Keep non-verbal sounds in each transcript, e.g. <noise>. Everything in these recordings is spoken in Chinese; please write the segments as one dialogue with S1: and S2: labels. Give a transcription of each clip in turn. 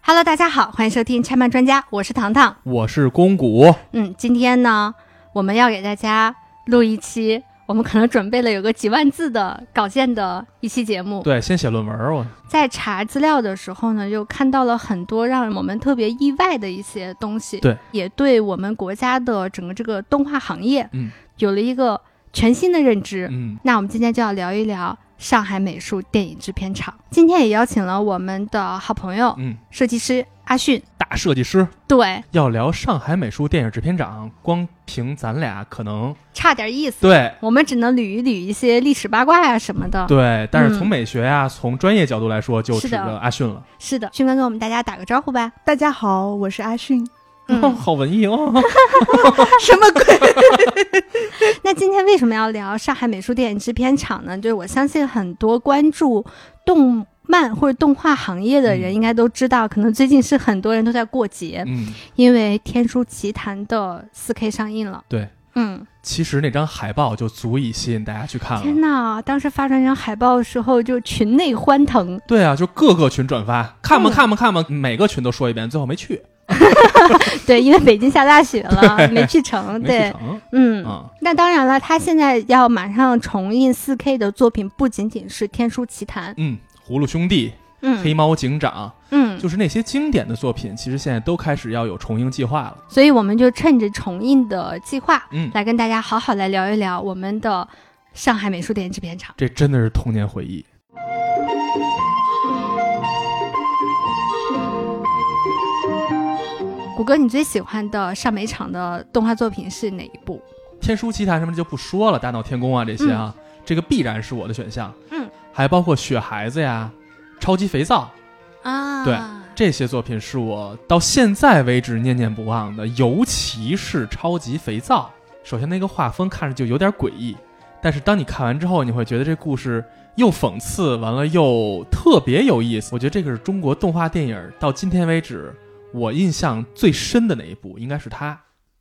S1: Hello，大家好，欢迎收听拆漫专家，我是糖糖。
S2: 我是公谷，
S1: 嗯，今天呢，我们要给大家录一期，我们可能准备了有个几万字的稿件的一期节目。
S2: 对，先写论文儿，我
S1: 在查资料的时候呢，又看到了很多让我们特别意外的一些东西，
S2: 对，
S1: 也对我们国家的整个这个动画行业，
S2: 嗯，
S1: 有了一个全新的认知。
S2: 嗯，
S1: 那我们今天就要聊一聊上海美术电影制片厂。今天也邀请了我们的好朋友、
S2: 嗯，
S1: 设计师阿迅，
S2: 大设计师
S1: 对，
S2: 要聊上海美术电影制片厂，光凭咱俩可能
S1: 差点意思。
S2: 对
S1: 我们只能捋一捋一些历史八卦呀、什么的。
S2: 对，但
S1: 嗯
S2: 是从美学呀、从专业角度来说，就是指
S1: 的
S2: 着阿迅了，
S1: 是的，迅哥跟我们大家打个招呼吧。
S3: 大家好，我是阿迅。
S2: 哦，
S1: 嗯，
S2: 好文艺哦，
S1: <laughs>
S3: 什么鬼？
S1: 那今天为什么要聊上海美术电影制片厂呢？就是我相信很多关注动漫或者动画行业的人
S2: 嗯
S1: 应该都知道，可能最近是很多人都在过节，
S2: 嗯，
S1: 因为《天书奇谭》的 4K 上映了。
S2: 对，
S1: 嗯，
S2: 其实那张海报就足以吸引大家去看
S1: 天
S2: 了。
S1: 呐！当时发出那张海报的时候，就群内欢腾。
S2: 对啊，就各个群转发，看吧
S1: 嗯
S2: 看吧看吧，每个群都说一遍，最后没去，
S1: 对，因为北京下大雪
S2: <laughs>
S1: 了，没去成。
S2: 没去
S1: 对，
S2: 成
S1: 嗯，
S2: 啊，
S1: 那当然了，他现在要马上重映 4K 的作品，不仅仅是《天书奇谭》，
S2: 嗯，葫芦兄弟、黑
S1: 嗯
S2: 猫警长，
S1: 嗯，
S2: 就是那些经典的作品，其实现在都开始要有重映计划了。
S1: 所以我们就趁着重映的计划，
S2: 嗯，
S1: 来跟大家好好来聊一聊我们的上海美术电影制片厂。
S2: 这真的是童年回忆。
S1: 谷歌，你最喜欢的上美厂的动画作品是哪一部？
S2: 天书奇谭什么的就不说了，大闹天宫啊这些啊，这个必然是我的选项。
S1: 嗯，
S2: 还包括雪孩子呀、超级肥皂
S1: 啊
S2: 对这些作品是我到现在为止念念不忘的，尤其是超级肥皂。首先那个画风看着就有点诡异，但是当你看完之后，你会觉得这故事又讽刺，完了又特别有意思。我觉得这个是中国动画电影到今天为止我印象最深的那一部，应该是它。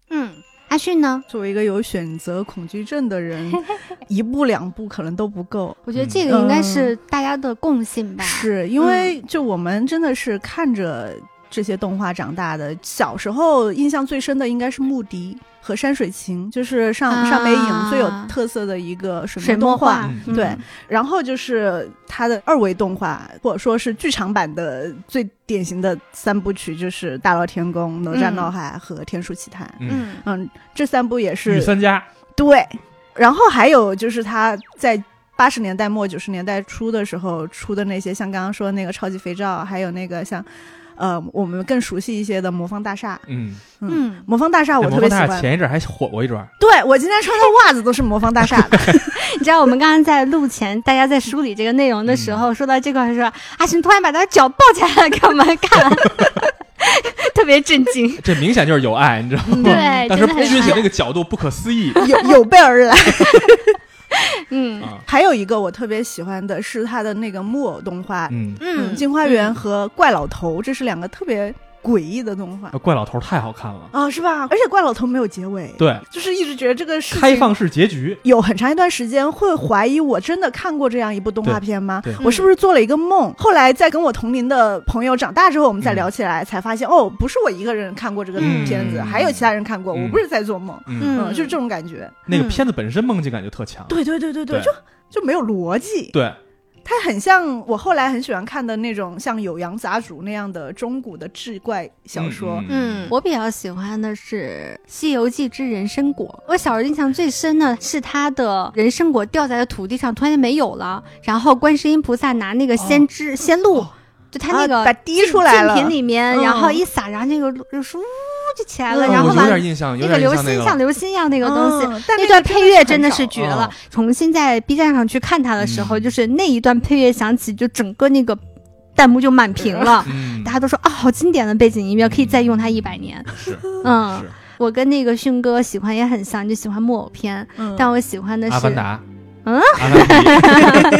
S1: 嗯，阿迅呢？
S3: 作为一个有选择恐惧症的 <laughs> 人，一步两步可能都不 <laughs> 够，
S1: 我觉得
S2: 嗯
S1: 这个应该是大家的共性吧。
S3: 是因为就我们真的是看着这些动画长大的。小时候印象最深的应该是《牧笛》和《山水情》，就是上、
S1: 啊
S3: 上美影最有特色的一个水
S1: 水
S3: 墨
S1: 墨
S3: 动画。
S1: 画，
S2: 嗯
S1: 嗯
S3: 对，然后就是它的二维动画，或者说是剧场版的最典型的三部曲，就是《大闹天宫》《哪吒
S1: 嗯
S3: 闹海》和《天书奇谭》。
S2: 嗯，
S1: 嗯
S3: 嗯，这三部也
S2: 御
S3: 是
S2: 三家，
S3: 对，然后还有就是他在八十年代末九十年代初的时候出的那些，像刚刚说的那个超级肥皂，还有那个像，呃，我们更熟悉一些的魔方大厦。
S2: 嗯，
S1: 嗯，
S3: 魔方大啊厦我
S2: 对魔
S3: 特别
S2: 方
S3: 喜
S2: 大厦
S3: 欢，
S2: 前一阵还火过一阵儿，
S3: 对我今天穿的袜子都是魔方大厦的。
S1: <laughs> 你知道我们刚刚在录前，大家在梳理这个内容的时候，说到这块的时候，阿迅突然把他的脚抱起来了给我们看， <laughs> 特别震惊。
S2: 这明显就是有爱，你知道吗？
S1: 对，
S2: 当时
S1: 哎真的
S2: 不允许
S1: 很
S2: 那个角度不可思议
S3: 有有备而来。
S1: 嗯
S2: 啊！
S3: 还有一个我特别喜欢的是他的那个木偶动画，
S2: 嗯，
S1: 嗯，
S3: 镜花缘》和怪老头，这是两个特别诡异的动画
S2: 那怪老头太好看了，
S3: 啊、是吧？而且怪老头没有结尾，
S2: 对，
S3: 就是一直觉得这个事情
S2: 开放式结局，
S3: 有很长一段时间会怀疑我真的看过这样一部动画片吗
S2: 对对？
S3: 我是不是做了一个梦？
S1: 嗯
S3: 后来在跟我同龄的朋友长大之后，我们再聊起来，才发现哦，不是我一个人看过这个片子，
S2: 嗯嗯
S3: 还有其他人看过，
S2: 嗯
S3: 我不是在做梦，
S2: 嗯，
S3: 嗯，就是这种感觉。
S2: 那个片子本身梦境感就特强，
S3: 对对对对
S2: 对
S3: 就就没有逻辑，
S2: 对，
S3: 它很像我后来很喜欢看的那种像《酉阳杂俎》那样的中古的志怪小说。
S1: 嗯，我比较喜欢的是《西游记之人参果》。我小时候印象最深的是他的人参果掉在了土地上，突然间没有了，然后观世音菩萨拿那个先知、仙露，
S2: 哦
S1: 就他那
S3: 啊
S1: 个
S3: 把滴出来了
S1: 净瓶里面，
S3: 嗯
S1: 然后一撒，然后那个就是呜就起来了，
S3: 嗯
S1: 然
S2: 哦我
S1: 后
S2: 有
S1: 把
S2: 点印象，有
S1: 那个
S2: 点印
S1: 流
S2: 象
S1: 星
S2: 那
S1: 像
S2: 个，
S1: 流星一样那个东西。
S3: 嗯但
S1: 那
S3: 那
S1: 段
S3: 个
S1: 配乐真的是
S3: 很少
S1: 绝了
S2: 哦！
S1: 重新在 B 站上去看它的时候，
S2: 嗯
S1: 就是那一段配乐响起，就整个那个弹幕就满屏了。
S2: <laughs> 嗯
S1: 大家都说啊，好经典的背景音乐，可以再用它一百年。
S2: 是，
S1: 嗯
S2: 是
S1: 我跟那个迅哥喜欢也很像，就喜欢木偶片，
S3: 嗯
S1: 但我喜欢的
S2: 阿凡
S1: 是
S2: 达，
S1: 嗯
S2: 阿凡达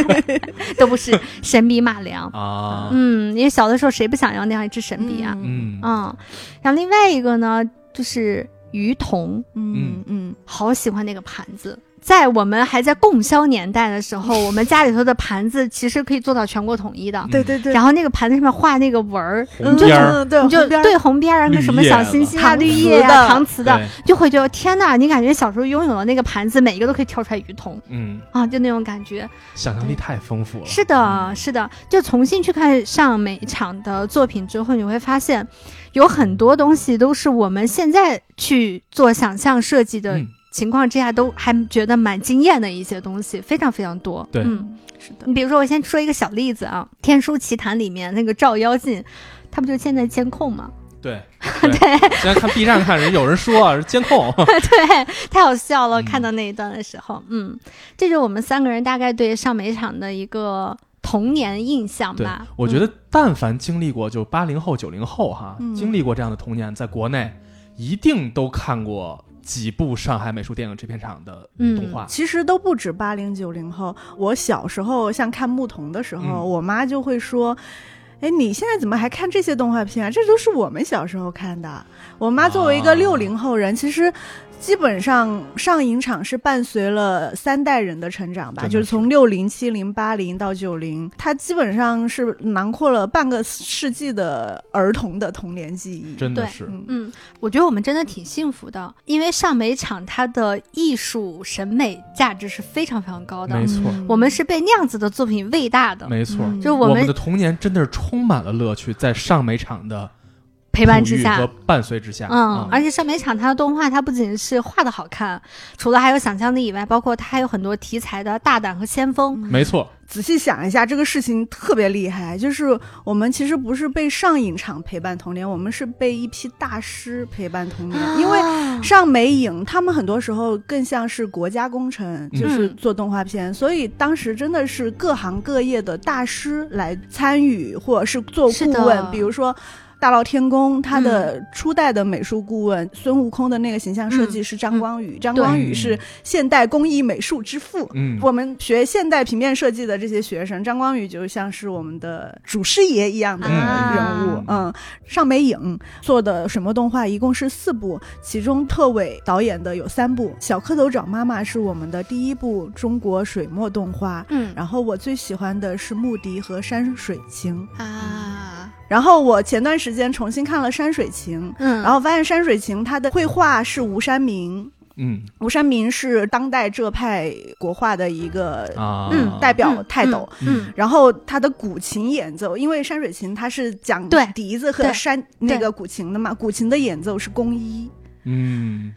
S1: 都不是
S2: <laughs>
S1: 神笔马良。
S2: 啊，
S1: 嗯，因为小的时候谁不想要那样一支神笔啊？
S2: 嗯
S1: 嗯，然后另外一个呢，就是鱼童，
S3: 嗯嗯，
S1: 好喜欢那个盘子，在我们还在供销年代的时
S3: <laughs>
S1: 候，我们家里头的盘子其实可以做到全国统一的。
S3: 对嗯对对，
S1: 然后那个盘子上面画那个纹儿，
S2: 红边儿，
S3: 嗯对，
S1: 你就
S3: 红边儿
S1: 对红边儿啊，
S2: 绿
S1: 跟什么
S2: 叶
S1: 小
S2: 的
S1: 星星啊、
S3: 搪
S1: 绿
S3: 瓷
S1: 叶啊、
S3: 的
S1: 搪瓷的，
S2: 对，
S1: 就会觉得天哪！你感觉小时候拥有的那个盘子，每一个都可以挑出来鱼桶
S2: 嗯，
S1: 啊，就那种感觉。
S2: 想象力太丰富了。
S1: 是的，是的，就重新去看上每一场的作品之后，你会发现，有很多东西都是我们现在去做想象设计的
S2: 嗯
S1: 情况之下，都还觉得蛮惊艳的一些东西，非常非常多。
S2: 对
S1: 嗯，
S3: 是的，
S1: 你比如说，我先说一个小例子啊，《天书奇谭》里面那个照妖镜，他不就现在监控吗？ <laughs>
S2: 对，对现在看 B 站看人有人说啊，是监控，
S1: 对，太好笑了！
S2: 嗯
S1: 看到那一段的时候，嗯，这就是我们三个人大概对上美场的一个童年印象
S2: 对
S1: 吧。，
S2: 我觉得但凡经历过就八零后、九零后哈，
S3: 嗯
S2: 经历过这样的童年，在国内一定都看过几部上海美术电影制片厂的
S1: 嗯
S2: 动画。
S3: 其实都不止八零九零后。我小时候像看牧童的时候，
S2: 嗯
S3: 我妈就会说。哎，你现在怎么还看这些动画片啊？这都是我们小时候看的。我妈作为一
S2: 啊
S3: 个六零后人，其实基本上上影厂是伴随了三代人的成长吧，
S2: 真的
S3: 就是
S2: 是
S3: 从六零、七零、八零到九零，它基本上是囊括了半个世纪的儿童的童年记忆。
S2: 真的
S1: 对
S2: 是，
S3: 嗯，
S1: 嗯，我觉得我们真的挺幸福的，因为上美场它的艺术审美价值是非常非常高的
S2: 没，错
S3: 嗯
S1: 我们是被那样子的作品喂大的，
S2: 没错。
S3: 嗯
S1: 就是
S2: 我
S1: 们
S2: 的童年真的是充满了乐趣，在上美场的
S1: 陪伴之下
S2: 哺育和伴随之下，
S1: 嗯，
S2: 啊
S1: 而且上美场它的动画，它不仅是画的好看，除了还有想象力以外，包括它还有很多题材的大胆和先锋。
S2: 没错，
S3: 仔细想一下，这个事情特别厉害，就是我们其实不是被上影厂陪伴童年，我们是被一批大师陪伴童年，因为。
S1: 啊
S3: 上美影，他们很多时候更像是国家工程，
S2: 嗯
S3: 就是做动画片，所以当时真的是各行各业的大师来参与，或者是做
S1: 是
S3: 顾
S1: 的嗯
S3: 问，比如说。大闹天宫，他的初代的美术顾问、孙悟空的那个形象设计是张光
S1: 嗯
S3: 宇，张光宇是现代工艺美术之父，
S2: 嗯，
S3: 我们学现代平面设计的这些学生，张光宇就像是我们的祖师爷一样的人物。
S2: 嗯
S3: 嗯，上美影做的水墨动画一共是四部，其中特伟导演的有三部，《小蝌蚪找妈妈》是我们的第一部中国水墨动画。
S1: 嗯
S3: 然后我最喜欢的是《牧笛》和《山水情》，
S1: 啊，
S3: 然后我前段时间重新看了《山水情》，
S1: 嗯，
S3: 然后发现《山水情》它的绘画是吴山明，
S2: 嗯
S3: 吴山明是当代浙派国画的一个
S2: 啊，
S1: 嗯
S3: 代表泰斗。
S1: 嗯，
S3: 然后他的古琴演奏，因为山水琴它是讲
S1: 对
S3: 笛子和
S1: 对
S3: 山那个古琴的嘛，古琴的演奏是工一，
S2: 嗯，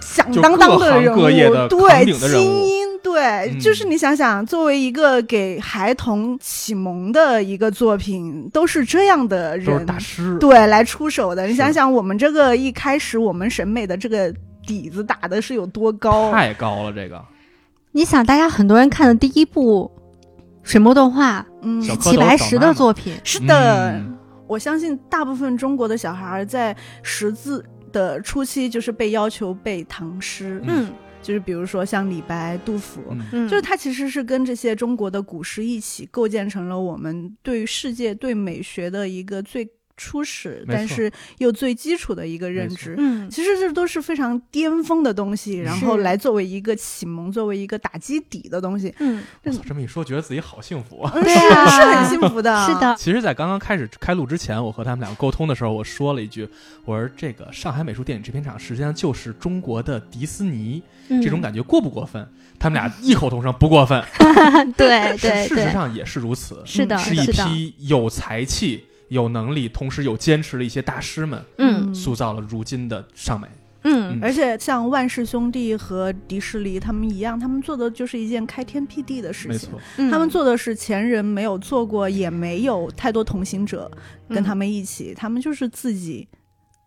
S3: 响当当
S2: 就
S3: 人
S2: 各行各业
S3: 物，
S2: 的扛
S3: 对
S2: 鼎的人物
S3: 精英，对，
S2: 嗯
S3: 就是你想想，作为一个给孩童启蒙的一个作品，都是这样的
S2: 都是
S3: 人，
S2: 大师，
S3: 对来出手的。你
S2: 是
S3: 想想，我们这个一开始我们审美的这个底子打的是有多高？
S2: 太高了，这个
S1: 你想，大家很多人看的第一部水墨动画
S3: 嗯，
S2: 小
S1: 是
S2: 蝌蚪
S1: 齐白石
S2: 找妈妈
S1: 的作品，
S3: 是的。
S2: 嗯
S3: 我相信大部分中国的小孩儿在识字的初期，就是被要求背唐诗，
S1: 嗯
S3: 就是比如说像李白、杜甫，
S2: 嗯
S1: 嗯，
S3: 就是他其实是跟这些中国的古诗一起构建成了我们对于世界、对美学的一个最初始，
S2: 没错
S3: 但是又最基础的一个认知。
S1: 嗯
S3: 其实这都是非常巅峰的东西，然后来作为一个启蒙，作为一个打基底的东西，
S1: 嗯，
S2: 我操这么一说，觉得自己好幸福啊。
S3: 嗯，
S1: 对
S3: 是
S1: 啊
S3: 是很幸福的，
S1: 是， <laughs> 的，
S2: 其实，在刚刚开始开录之前，我和他们两个沟通的时候，我说了一句：“我说这个上海美术电影制片厂实际上就是中国的迪士尼，
S1: 嗯
S2: 这种感觉过不过分？”他们俩异口同声：“不过分。
S1: 觉， <laughs> 对
S2: 事
S1: 对
S2: 事实
S1: 对，
S2: 上也是如此，
S1: 是的，
S2: 是一
S1: 是的，
S2: 批有才气、有能力，同时有坚持的一些大师们，
S1: 嗯
S2: 塑造了如今的上美。
S1: 嗯
S3: 而且像万氏兄弟和迪士尼他们一样，他们做的就是一件开天辟地的
S2: 没
S3: 事情
S2: 错。，
S1: 嗯，
S3: 他们做的是前人没有做过，也没有太多同行者跟
S2: 嗯
S3: 他
S1: 们。
S3: 们一起，他们就是自己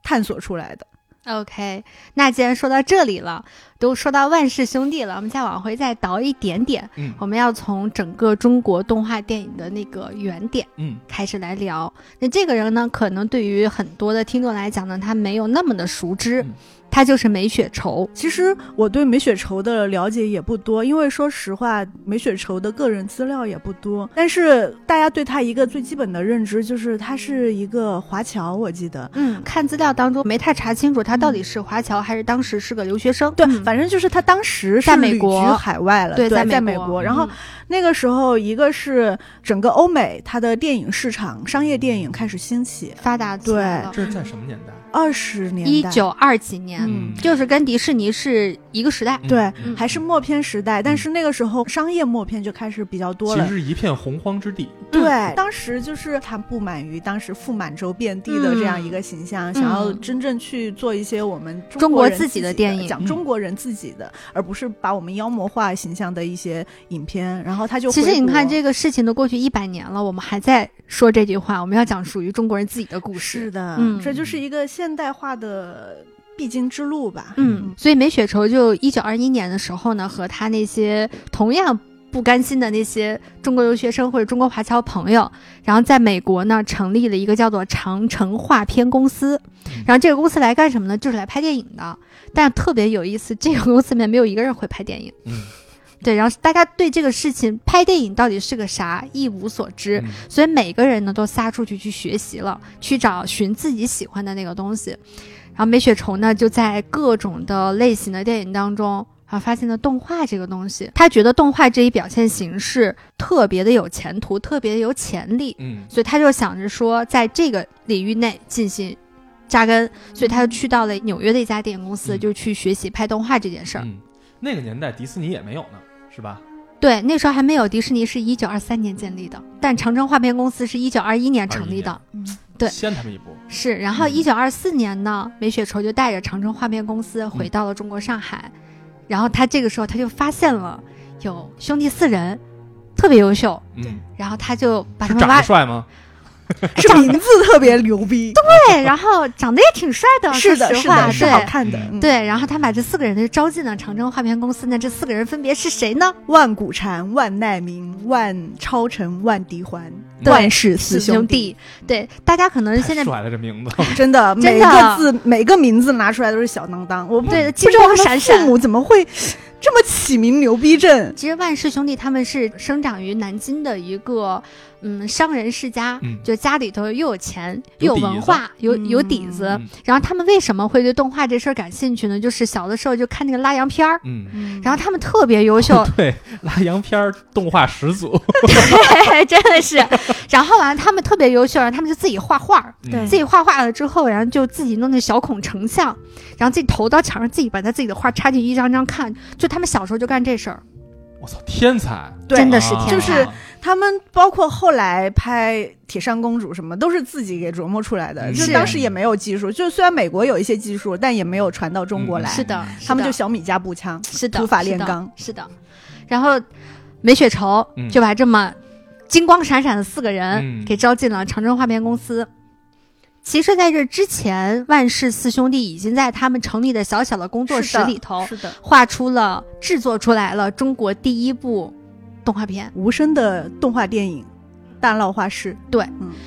S3: 探索出来的。
S1: OK，那既然说到这里了，都说到万氏兄弟了，我们再往回再倒一点点，
S2: 嗯
S1: 我们要从整个中国动画电影的那个原点。
S2: 嗯，
S1: 开始来聊。那这个人呢，可能对于很多的听众来讲呢，他没有那么的熟知，
S2: 嗯
S1: 他就是梅雪愁。
S3: 其实我对梅雪愁的了解也不多，因为说实话，梅雪愁的个人资料也不多。但是大家对他一个最基本的认知就是他是一个华侨，我记得。
S1: 嗯，看资料当中没太查清楚他到底是华侨还是当时是个留学生。
S3: 对，
S1: 嗯
S3: 反正就是他当时是
S1: 在美
S3: 旅
S1: 国
S3: 居海外了，
S1: 对
S3: 对，
S1: 在
S3: 在
S1: 美
S3: 美
S1: 国
S3: 国。然后
S1: 嗯
S3: 那个时候，一个是整个欧美它的电影市场，商业电影开始兴起，
S1: 发达起来了。
S2: 这是在什么年代？
S3: 二十
S1: 一
S3: 年代，
S1: 九二几年，
S2: 嗯
S1: 就是跟迪士尼是一个时代。
S2: 嗯
S3: 对
S2: 嗯
S3: 还是默片时代，但
S1: 嗯
S3: 是那个时候商业默片就开始比较多
S2: 其
S3: 了
S2: 实。是一片洪荒之地。
S3: 对，当时就是他不满于当时覆满洲遍地的这样一个形象，想要
S1: 嗯
S3: 真正去做一些我们
S1: 中国
S3: 国人
S1: 自
S3: 自
S1: 己的
S3: 的
S1: 电影
S3: 讲
S2: 嗯
S3: 中国人自己的，而不是把我们妖魔化形象的一些影片。然后他就
S1: 其
S3: 回
S1: 实你
S3: 国
S1: 看，这个事情都过去一百年了，我们还在说这句话，我们要讲属于中国人自己的故事
S3: 是。的，
S1: 嗯
S3: 这就是一个现代化的必经之路吧。
S1: 嗯，所以梅雪愁就一九二一年的时候呢，和他那些同样不甘心的那些中国留学生或者中国华侨朋友，然后在美国呢成立了一个叫做长城画片公司
S2: 嗯。
S1: 然后这个公司来干什么呢？就是来拍电影的。但特别有意思，这个公司里面没有一个人会拍电影。
S2: 嗯，
S1: 对，然后大家对这个事情拍电影到底是个啥一无所知。
S2: 嗯
S1: 所以每个人呢都撒出去去学习了，去找寻自己喜欢的那个东西。然后梅雪愁呢就在各种的类型的电影当中。啊，发现了动画这个东西，他觉得动画这一表现形式特别的有前途，特别的有潜力，
S2: 嗯
S1: 所以他就想着说，在这个领域内进行扎根，所以他就去到了纽约的一家电影公司，
S2: 嗯
S1: 就去学习拍动画这件事儿。
S2: 嗯，那个年代迪士尼也没有呢，是吧？
S1: 对，那时候还没有迪士尼，是一九二三年建立的，但长城画片公司是一九二一年成立的，
S3: 嗯，
S1: 对
S2: 先他们一步。
S1: 是，然后
S2: 嗯
S1: 一九二四年呢，梅雪愁就带着长城画片公司
S3: 嗯
S1: 回到了中国上海，然后他这个时候他就发现了有兄弟四人特别优秀，
S2: 嗯，
S1: 然后他就把他
S2: 是
S1: 们
S2: 长
S1: 挖
S2: 得帅吗？
S3: 这名字特别牛
S1: <laughs>
S3: 逼，
S1: 对，然后长得也挺帅的，
S3: 是
S1: 说
S3: 的，
S1: 实
S3: 是
S1: 话
S3: 的，是
S1: 对
S3: 好看的。
S2: 嗯
S3: 嗯，
S1: 对，然后他把这四个人就招进了长城画片公司，那这四个人分别是谁呢？
S3: 万古禅、万奈明、万超尘、万迪环、
S2: 对
S3: 万氏四
S1: 兄
S3: 兄弟。，
S1: 对，大家可能
S2: 太
S1: 现在
S2: 帅了，这名字。
S1: <laughs>
S3: 真的，
S1: 真
S3: 每
S1: 的
S3: 个字每个名字拿出来都是小当当，我不
S1: 对
S3: 不
S1: 金
S3: 知道
S1: 光
S3: 他
S1: 闪
S3: 们
S1: 闪
S3: 父母怎么会这么起名牛逼症。
S1: 其实万氏兄弟他们是生长于南京的一个嗯商人世家，
S2: 嗯
S1: 就家里头又有钱又
S2: 有
S1: 有
S2: 底子
S1: 文化，有有底子。
S2: 嗯
S1: 然后他们为什么会对动画这事儿感兴趣呢？就是小的时候就看那个拉洋片儿。
S2: 嗯，，
S1: 然后他们特别优秀
S2: 对，拉洋片儿动画始祖。
S1: <laughs> <laughs> 对，真的是。然后完、了他们特别优秀，然后他们就自己画画儿，
S2: 嗯
S3: 对
S1: 自己画画了之后，然后就自己弄那小孔成像，然后自己投到墙上，自己把他自己的画插进去一张张看。就他们小时候就干这事儿，
S2: 我操，天才！
S1: <laughs>
S3: 对
S1: 真的是
S2: 啊
S1: 天才。
S3: 就是他们包括后来拍《铁扇公主》什么，都是自己给琢磨出来的，
S2: 嗯
S3: 就是当时也没有技术，就虽然美国有一些技术，但也没有传到中国来，
S1: 嗯是的，是
S3: 他们
S1: 的
S3: 就小米加步枪。
S1: 是的，
S3: 土法
S1: 是
S3: 炼
S1: 的
S3: 钢
S1: 是的。然后梅雪愁
S2: 嗯
S1: 就把这么金光闪闪的四个人
S2: 嗯
S1: 给招进了长征画片公司。其实，在这之前，万氏四兄弟已经在他们成立的小小的工作室
S3: 是的
S1: 里头，
S3: 是的，
S1: 画出了、制作出来了中国第一部动画片。
S3: 无声的动画电影《大闹画室》。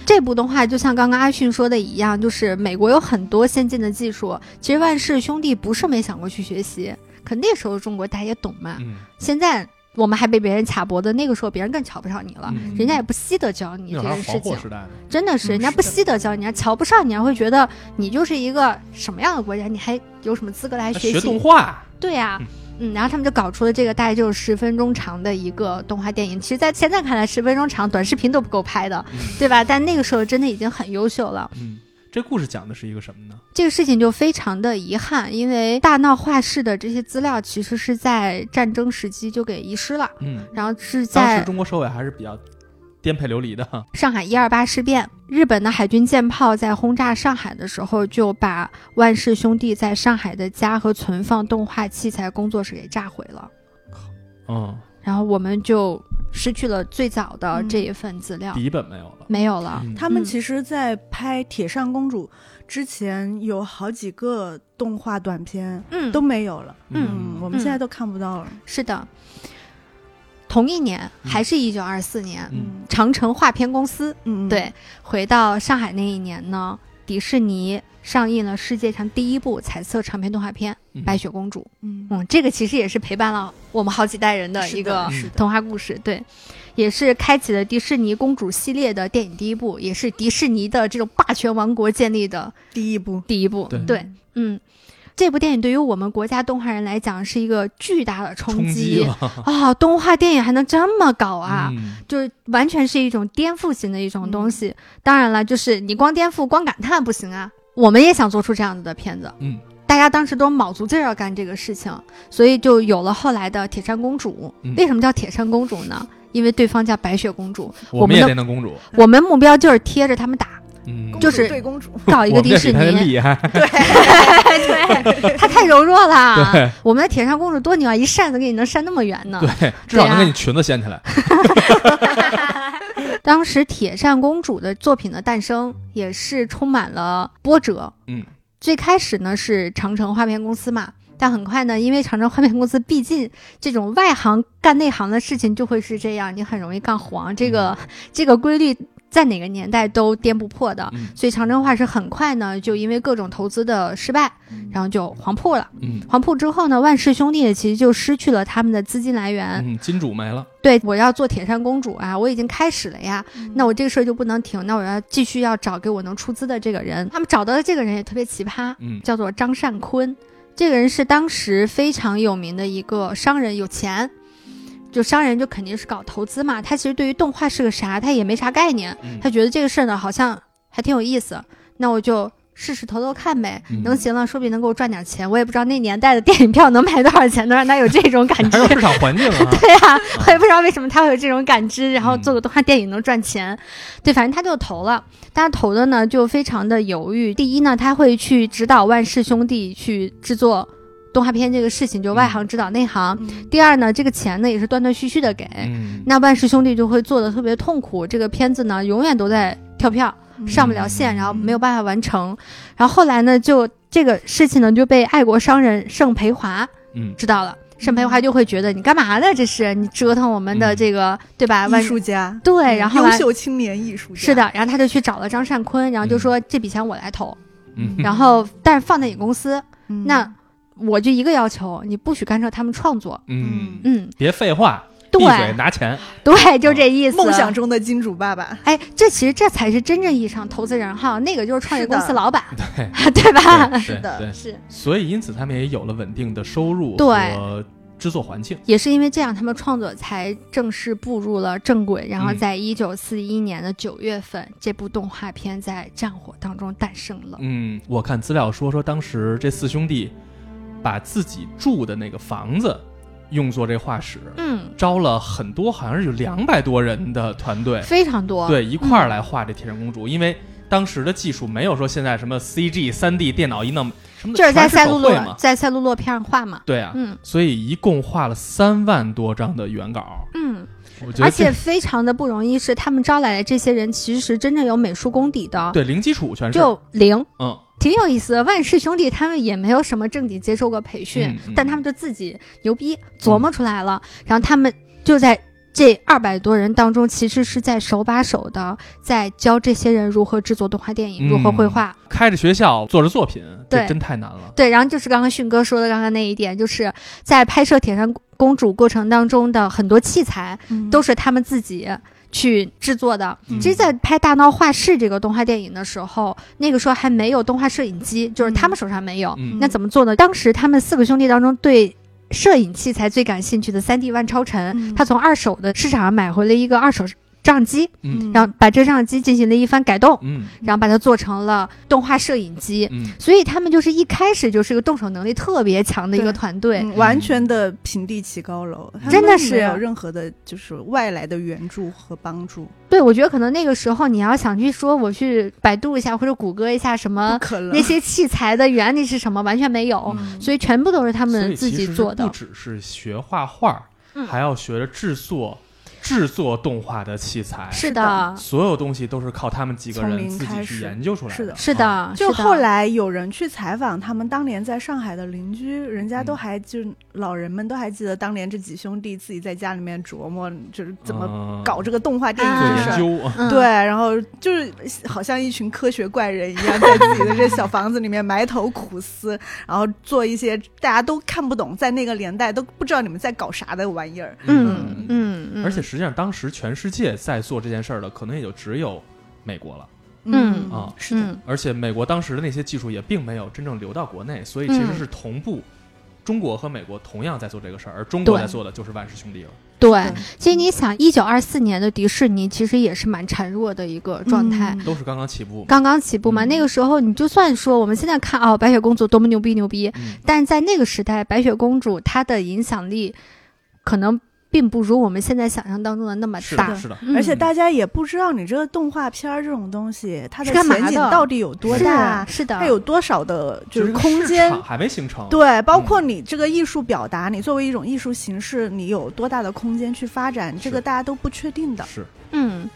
S1: 这部动画就像刚刚阿迅说的一样，就是美国有很多先进的技术，其实万氏兄弟不是没想过去学习，可那时候中国大家也懂嘛，
S2: 嗯，
S1: 现在我们还被别人卡脖子，那个时候别人更瞧不上你了，
S2: 嗯
S1: 人家也不惜得教你
S2: 那
S1: 这
S2: 会儿还
S1: 件
S2: 是
S1: 事
S2: 黄
S1: 情
S2: 祸，时代呢。
S1: 真的是
S3: 嗯
S1: 人家不惜得教你，人家瞧不上你，人家会觉得你就是一个什么样的国家，你还有什么资格来
S2: 还
S1: 学
S2: 啊学动
S1: 习？
S2: 画，
S1: 对呀、
S2: 嗯
S1: 嗯，然后他们就搞出了这个大概就是十分钟长的一个动画电影。其实，在现在看来，十分钟长短视频都不够拍的，
S2: 嗯
S1: 对吧？但那个时候真的已经很优秀了。
S2: 嗯，这故事讲的是一个什么呢？
S1: 这个事情就非常的遗憾，因为大闹画室的这些资料其实是在战争时期就给遗失了，
S2: 嗯，
S1: 然后是
S2: 当
S1: 在
S2: 时中国社会还是比较颠沛流
S1: <laughs>
S2: 离的。
S1: 上海一二八事变，日本的海军舰炮在轰炸上海的时候，就把万氏兄弟在上海的家和存放动画器材工作室给炸毁了，
S2: 嗯，
S1: 然后我们就失去了最早的
S3: 嗯
S1: 这一份资料，
S2: 第一本没有了。
S1: 没有了。
S2: 嗯
S3: 他们其实，在拍《铁扇公主》之前，有好几个动画短片
S1: 嗯，
S3: 都没有了。
S1: 嗯
S3: 嗯，我们现在都看不到了。
S1: 是的。同一年，
S2: 嗯
S1: 还是一九二四年，
S2: 嗯
S1: 长城画片公司
S3: 嗯，
S1: 对回到上海那一年呢，迪士尼上映了世界上第一部彩色长篇动画片《白雪公主》。
S3: 嗯
S1: 嗯，这个其实也是陪伴了我们好几代人的
S3: 是
S1: 一个
S2: 嗯
S3: 是的，
S1: 童话故事，对，也是开启了迪士尼公主系列的电影第一部，也是迪士尼的这种霸权王国建立的
S3: 第一部，
S1: 第一部。
S2: 对
S1: 嗯，这部电影对于我们国家动画人来讲是一个巨大的冲
S2: 冲击了
S1: 啊、动画电影还能这么搞啊！
S2: 嗯
S1: 就是完全是一种颠覆型的一种东西。当然了，就是你光颠覆、光感叹不行啊，我们也想做出这样子的片子。
S2: 嗯，
S1: 大家当时都卯足劲儿要干这个事情，所以就有了后来的铁扇公主。
S2: 嗯
S1: 为什么叫铁扇公主呢？因为对方叫白雪公
S2: <laughs>
S1: 主，
S2: 我
S1: 我
S2: 们
S1: 们
S2: 也
S1: 的
S2: 得当公主，
S1: 我们目标就是贴着他们打，
S2: 嗯，
S1: 就
S3: 公主
S1: 是
S3: 对公主，
S1: 搞一个
S2: <laughs> 我们
S1: 迪
S2: 也
S1: 士
S2: 比她的
S1: 尼。
S2: 厉害，
S1: 对，她太柔弱了。
S2: <laughs> 对
S1: 我们的铁扇公主多牛啊，一扇子给你能扇那么远呢。
S2: 对，至少
S1: 对
S2: 能
S1: 啊
S2: 给你裙子掀起来。
S1: 当时铁扇公主的作品的诞生也是充满了波折。
S2: 嗯，
S1: 最开始呢是长城画片公司嘛，但很快呢，因为长城画片公司毕竟这种外行干内行的事情就会是这样，你很容易干黄。这个、
S2: 嗯
S1: 这个规律在哪个年代都颠不破的。
S2: 嗯
S1: 所以长城画是很快呢，就因为各种投资的失败，然后就黄铺了。
S2: 嗯
S1: 黄铺之后呢，万氏兄弟其实就失去了他们的资金来源。
S2: 嗯，金主没了，
S1: 对我要做铁扇公主啊，我已经开始了呀，那我这个事儿就不能停，那我要继续要找给我能出资的这个人。他们找到的这个人也特别奇葩，
S2: 嗯
S1: 叫做张善坤。这个人是当时非常有名的一个商人，有钱，就商人就肯定是搞投资嘛。他其实对于动画是个啥，他也没啥概念，
S2: 嗯
S1: 他觉得这个事儿呢好像还挺有意思，那我就。试试头头看呗
S2: 嗯，
S1: 能行了，说不定能给我赚点钱。我也不知道那年代的电影票能卖多少钱，能让他有这种感
S2: 还
S1: 觉
S2: 有。市场环境啊，
S1: <laughs>
S2: 嗯
S1: 对呀、我也不知道为什么他会有这种感知，然后做个动画电影能赚钱，对，反正他就投了。但是投的呢就非常的犹豫。第一呢，他会去指导万氏兄弟去制作动画片这个事情，
S2: 嗯
S1: 就外行指导内行。
S3: 嗯
S1: 第二呢，这个钱呢也是断断续续的给，
S2: 嗯，
S1: 那万氏兄弟就会做的特别痛苦，这个片子呢永远都在跳票。
S3: 嗯
S2: 嗯
S1: 上不了线，然后没有办法完成，然后后来呢，就这个事情呢就被爱国商人盛培华
S2: 嗯
S1: 知道了，沈培华就会觉得你干嘛呢？这是你折腾我们
S2: 嗯
S1: 的这个、对吧？
S3: 艺
S1: 万
S3: 术家，嗯
S1: 对，然后
S3: 优
S1: 完
S3: 秀青年艺术家，
S1: 是，的，然后他就去找了张善坤，然后就说、这笔钱我来投，
S2: 嗯，
S1: 然后但是放在你公司，
S3: 嗯
S1: 那我就一个要求，你不许干涉他们创作。
S2: 嗯，
S1: 嗯，
S2: 别废话，闭
S1: 对
S2: 嘴嗯拿钱，
S1: 对，就这意思。
S3: 梦想。中的金主爸爸，
S1: 哎，这其实这才是真正意义上投资人哈，那个就是创业
S3: 是的
S1: 公司老板，
S2: <laughs>
S1: <laughs>
S2: 对，
S1: 对吧？
S2: 是
S3: 的
S2: 对，
S1: 嗯是，
S2: 所以因此他们也有了稳定的收入
S1: 对
S2: 和制作环境，
S1: 也是因为这样，他们创作才正式步入了正轨。然后
S2: 嗯
S1: 在一九四一年的九月份，这部动画片在战火当中诞生了。
S2: 嗯，我看资料说说当时这四兄弟把自己住的那个房子用作这画室，
S1: 嗯，
S2: 招了很多，好像是有两百多人的团队，
S1: 非常多。
S2: 对，一
S1: 嗯
S2: 块儿来画这铁扇公主，因为当时的技术没有说现在什么 CG、三 D 电脑一弄什么的，
S1: 就是在
S2: 全
S1: 赛
S2: 手
S1: 璐
S2: 绘
S1: 珞
S2: 嘛，
S1: 在赛璐珞片上画嘛。
S2: 对啊，
S1: 嗯
S2: 所以一共画了三万多张的原稿，
S1: 嗯，
S2: 我觉
S1: 而
S2: 得
S1: 且
S2: 这
S1: 非常的不容易，是他们招来的这些人其实真正有美术功底的，
S2: 对零基础全是，
S1: 就零。
S2: 嗯，
S1: 挺有意思的，万氏兄弟他们也没有什么正经接受过培训，
S2: 嗯嗯嗯
S1: 但他们就自己牛逼琢磨出来了，然后他们就在这二百多人当中，其实是在手把手的在教这些人如何制作动画电影，
S2: 嗯
S1: 如何绘画。
S2: 开着学校做着作品，这
S1: 对
S2: 真太难了，
S1: 对，然后就是刚刚迅哥说的刚刚那一点，就是在拍摄《铁扇公主》过程当中的很多器材
S3: 嗯
S1: 都是他们自己去制作的，
S2: 嗯
S1: 其实，在拍《大闹画室》这个动画电影的时候，那个时候还没有动画摄影机，就是他们手上没有。
S2: 嗯
S1: 哦那怎么做呢？当时他们四个兄弟当中，对摄影器材最感兴趣的三 D 万超臣，
S3: 嗯
S1: 他从二手的市场上买回了一个二手照相机，
S2: 嗯
S1: 然后把这照相机进行了一番改动，
S2: 嗯
S1: 然后把它做成了动画摄影机。
S2: 嗯，
S1: 所以他们就是一开始就是个动手能力特别强的一个
S3: 对
S1: 团队。
S3: 嗯完全的平地起高楼，
S1: 嗯
S3: 他
S1: 真的
S3: 们
S1: 是
S3: 没有任何的，就是外来的援助和帮助，
S1: 对，我觉得可能那个时候你要想去说我去百度一下或者谷歌一下什么
S3: 不可能
S1: 啊那。些器材的原理是什么，完全没有，
S2: 嗯
S1: 所以全部都是他
S2: 所
S1: 们
S2: 以
S1: 自
S2: 其
S1: 己
S2: 实
S1: 做
S2: 不
S1: 的。
S2: 只是学画画，
S1: 嗯
S2: 还要学着制作制作动画的器材，
S1: 是
S3: 的
S1: 的，
S2: 所有东西都是靠他们几个
S3: 从
S2: 人
S3: 零
S2: 自己
S3: 开
S2: 去
S3: 始
S2: 研究出来啊
S3: 是的
S1: 是，的，
S3: 就是
S1: 的
S3: 后来有人去采访他们当年在上海的邻居，人
S1: 嗯
S3: 家都还就是老人们都还记得当年这几兄弟自己在家里面琢磨，就是怎么
S2: 么
S3: 搞这个动画电影
S2: 做
S3: 这
S1: 啊
S3: 事
S2: 研
S3: 儿。
S2: 究啊？
S1: 嗯
S3: 对，然后就是好像一群科学怪人一样，在自己的这小房子里面埋头苦思，然后做一些大家都看不懂，在那个年代都不知道你们在搞啥的玩意儿。
S1: 嗯嗯嗯，
S2: 而且实际上当时全世界在做这件事儿的，可能也就只有美国了。
S1: 嗯
S2: 啊
S3: 是的，
S1: 嗯
S2: 而且美国当时的那些技术也并没有真正流到国内，所以其实
S1: 嗯
S2: 是同步。中国和美国同样在做这个事儿，而中国
S1: 对
S2: 在做的就是万氏兄弟了。
S3: 嗯
S1: 对，其实你想，一九二四年的迪士尼其实也是蛮孱弱的一个状态。
S3: 嗯
S2: 都是刚刚起步嘛。
S1: 刚刚起步嘛，
S2: 嗯
S1: 那个时候你就算说我们现在看哦，白雪公主多么牛逼牛逼，
S2: 嗯，
S1: 但在那个时代，白雪公主她的影响力可能并不如我们现在想象当中的那么
S2: 是
S1: 大
S2: 的，。是的，
S1: 嗯
S3: 而且大家也不知道你这个动画片儿这种东西，它
S1: 是干嘛
S3: 前景
S1: 的
S3: 到底有多
S1: 是啊
S3: 大，
S1: 是的，
S3: 它有多少的，就是
S2: 这个
S3: 空
S2: 市
S3: 间
S2: 场。还没形成。
S3: 对，包括你这个艺术表达，你作为一种艺术形式，你有多大的空间去发展，这个
S2: 是
S3: 大家都不确定的。
S2: 是
S1: 嗯，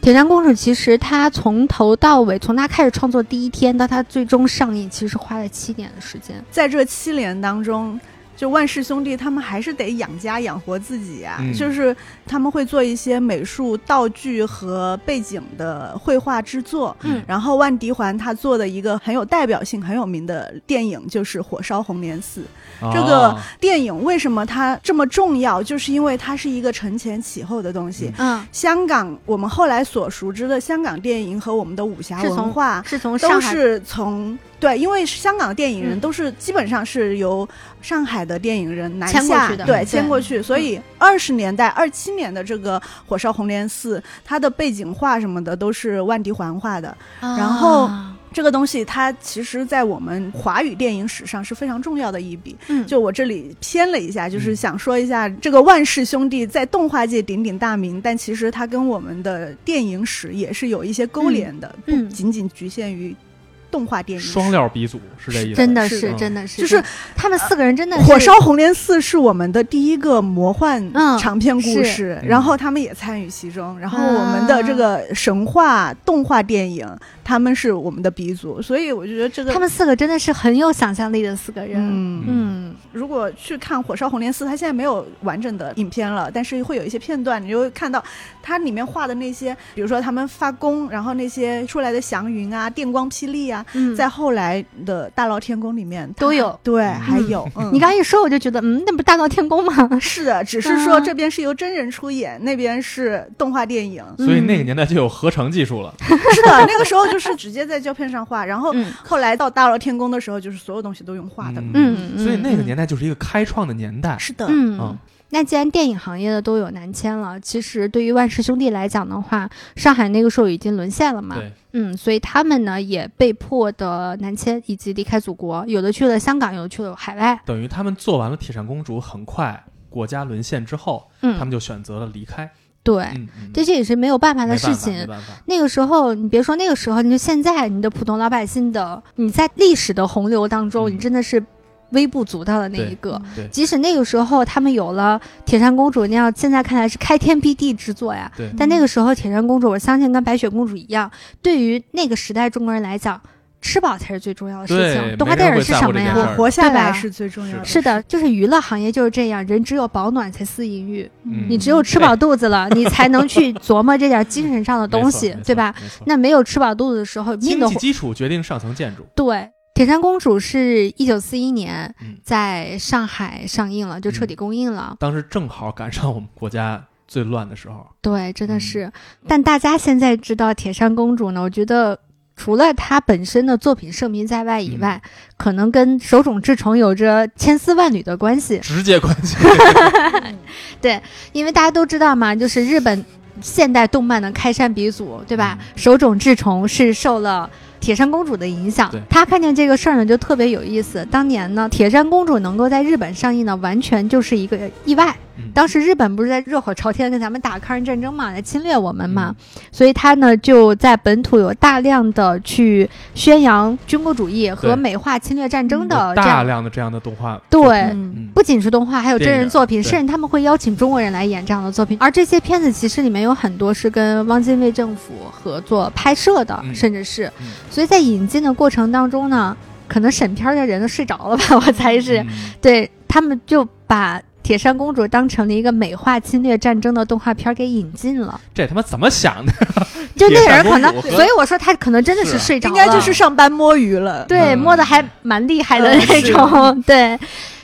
S1: 铁扇公主其实她从头到尾，从她开始创作第一天到她最终上映，其实花了七年的时间。
S3: 在这七年当中，就万氏兄弟他们还是得养家养活自己啊，
S2: 嗯
S3: 就是他们会做一些美术道具和背景的绘画制作。
S1: 嗯
S3: 然后万迪环他做的一个很有代表性、很有名的电影就是《火烧红莲寺》。这个
S2: 啊
S3: 电影为什么它这么重要？就是因为它是一个承前启后的东西。
S2: 嗯
S1: 嗯，
S3: 香港，我们后来所熟知的香港电影和我们的武侠
S1: 是从
S3: 文化，
S1: 是从上
S3: 都
S1: 海
S3: 是从对，因为香港电影人
S1: 嗯
S3: 都是、基本上是由上海的电影人南
S1: 迁过
S3: 下，
S1: 去的
S3: 对，
S1: 嗯
S3: 迁
S1: 对
S3: 过去。所以二十年代、二七年的这个《火烧红莲寺》，它的背景画什么的都是万迪环画的。然后
S1: 啊
S3: 这个东西它其实，在我们华语电影史上是非常重要的一笔。
S1: 嗯
S3: 就我这里偏了一下，就是
S2: 嗯
S3: 想说一下这个万氏兄弟在动画界鼎鼎大名，但其实它跟我们的电影史也是有一些勾连的，
S1: 嗯嗯
S3: 不仅仅局限于动画电影史。
S2: 双料鼻祖是这意思。
S1: 真的
S3: 是
S1: 是
S2: 的
S1: 真的是，
S3: 就是
S1: 他们四个人真的
S3: 《火烧红莲寺》是我们的第一个魔幻
S1: 嗯
S3: 长篇故
S1: 是啊
S3: 事，
S2: 嗯
S3: 然后他们也参与其中，然后我们的这个神话动画电影，他们是我们的鼻祖，所以我就觉得这个
S1: 他们四个真的是很有想象力的四个人。
S3: 嗯
S1: 嗯
S3: 如果去看《火烧红莲寺》，它现在没有完整的影片了，但是会有一些片段，你就会看到它里面画的那些，比如说他们发功，然后那些出来的祥云啊、电光霹雳啊，
S1: 嗯，
S3: 在后来的大闹天宫里面啊
S1: 都有。
S3: 对，还有。嗯
S1: 你刚一说，我就觉得，嗯，那不大闹天宫吗？
S3: 是的，只是说
S1: 啊
S3: 这边是由真人出演，那边是动画电影。
S1: 嗯
S2: 所以那个年代就有合成技术了。
S3: 是的， <laughs> 那个时候就是直接在胶片上画，然后
S1: 嗯
S3: 后来到大闹天宫的时候，就是所有东西都用画的。
S1: 嗯嗯
S2: 所以那个
S1: 嗯
S2: 年代就是一个开创的年代。
S3: 是的，
S1: 嗯
S2: 嗯，
S1: 那既然电影行业的都有南迁了，其实对于万氏兄弟来讲的话，上海那个时候已经沦陷了嘛，
S2: 对，
S1: 嗯，所以他们呢也被迫的南迁以及离开祖国，有的去了香港，有的去了海外，
S2: 等于他们做完了铁扇公主，很快国家沦陷之后，他
S1: 嗯
S2: 们，就选择了离开。
S1: 对，
S2: 嗯，嗯
S1: 这这也是没有办法
S2: 没
S1: 的
S2: 办
S1: 事
S2: 法没
S1: 情。
S2: 办法。
S1: 那个时候，你别说那个时候，你就现在，你的普通老百姓的，你在历史的洪流当中，
S2: 嗯
S1: 你真的是微不足道的那一个。
S2: 对
S1: 即使那个时候他们有了铁扇公主那样，现在看来是开天辟地之作呀。
S2: 对
S1: 但那个时候，铁扇公主，我相信跟白雪公主一样，对于那个时代中国人来讲，吃饱才是最重要的事
S2: 对
S1: 情。动画
S2: 没人
S1: 电影
S2: 会
S1: 是
S2: 在乎
S1: 什
S2: 这
S1: 么
S2: 件
S1: 呀
S2: 事
S3: 我
S2: 儿？
S3: 活下来
S1: 对吧
S3: 是最重要的。
S1: 是的，就是娱乐行业就是这样，人只有保暖才思淫欲，
S2: 嗯
S1: 你只有吃饱肚子了，你才能去琢磨这点精神上的东西，对吧？？
S2: 没错没错没错
S1: 那没有吃饱肚子的时候，你
S2: 经
S1: 的
S2: 济基础决定上层建筑。
S1: 对。铁扇公主是一九四一年
S2: 嗯
S1: 在上海上映了，就彻底公映了。
S2: 当时正好赶上我们国家最乱的时候。
S1: 对，真的
S2: 嗯
S1: 是。但大家现在知道铁扇公主呢，我觉得除了她本身的作品盛名在外
S2: 嗯
S1: 以外，可能跟手冢治虫有着千丝万缕的关系。
S2: 直接关系，
S1: 因为大家都知道嘛，就是日本现代动漫的开山鼻祖，对
S2: 嗯
S1: 吧？手冢治虫是受了。铁扇公主的影响
S2: 对，
S1: 他看见这个事儿呢，就特别有意思。当年呢，铁扇公主能够在日本上映呢，完全就是一个意外。
S2: 嗯嗯
S1: 当时日本不是在热火朝天地跟咱们打抗日战争嘛，来侵略我们
S2: 嗯
S1: 嘛，所以他呢就在本土有大量的去宣扬军国主义和
S2: 对
S1: 美化侵略战争的
S2: 有
S1: 这
S2: 大
S1: 样。
S2: 量的这样的动画，
S1: 对
S3: 嗯，
S2: 嗯，
S1: 不仅是动画，还有真
S2: 电
S1: 人
S2: 影
S1: 作品，
S2: 对
S1: 甚至他们会邀请中国人来演这样的作
S2: 嗯
S1: 品。而这些片子其实里面有很多是跟汪精卫政府合作拍摄的，
S2: 嗯
S1: 甚至是，
S2: 嗯
S1: 所以在引进的过程当中呢，可能审片儿的人都睡着了吧， <laughs> 我猜是、
S2: 嗯
S1: 对他们就把。铁扇公主当成了一个美化侵略战争的动画片儿给引进了，
S2: 这他妈怎么想的？
S1: 就那
S2: 铁
S1: 个人
S2: 扇
S1: 可
S2: 公
S1: 能
S2: 主，和
S1: 所以我说他可能真的
S2: 是
S1: 是
S2: 啊
S1: 睡着
S3: 应
S1: 了，
S3: 该就是上班摸鱼了。
S1: 对，
S2: 嗯
S1: 摸的还蛮厉害的
S3: 嗯
S1: 那
S3: 是
S1: 种。对，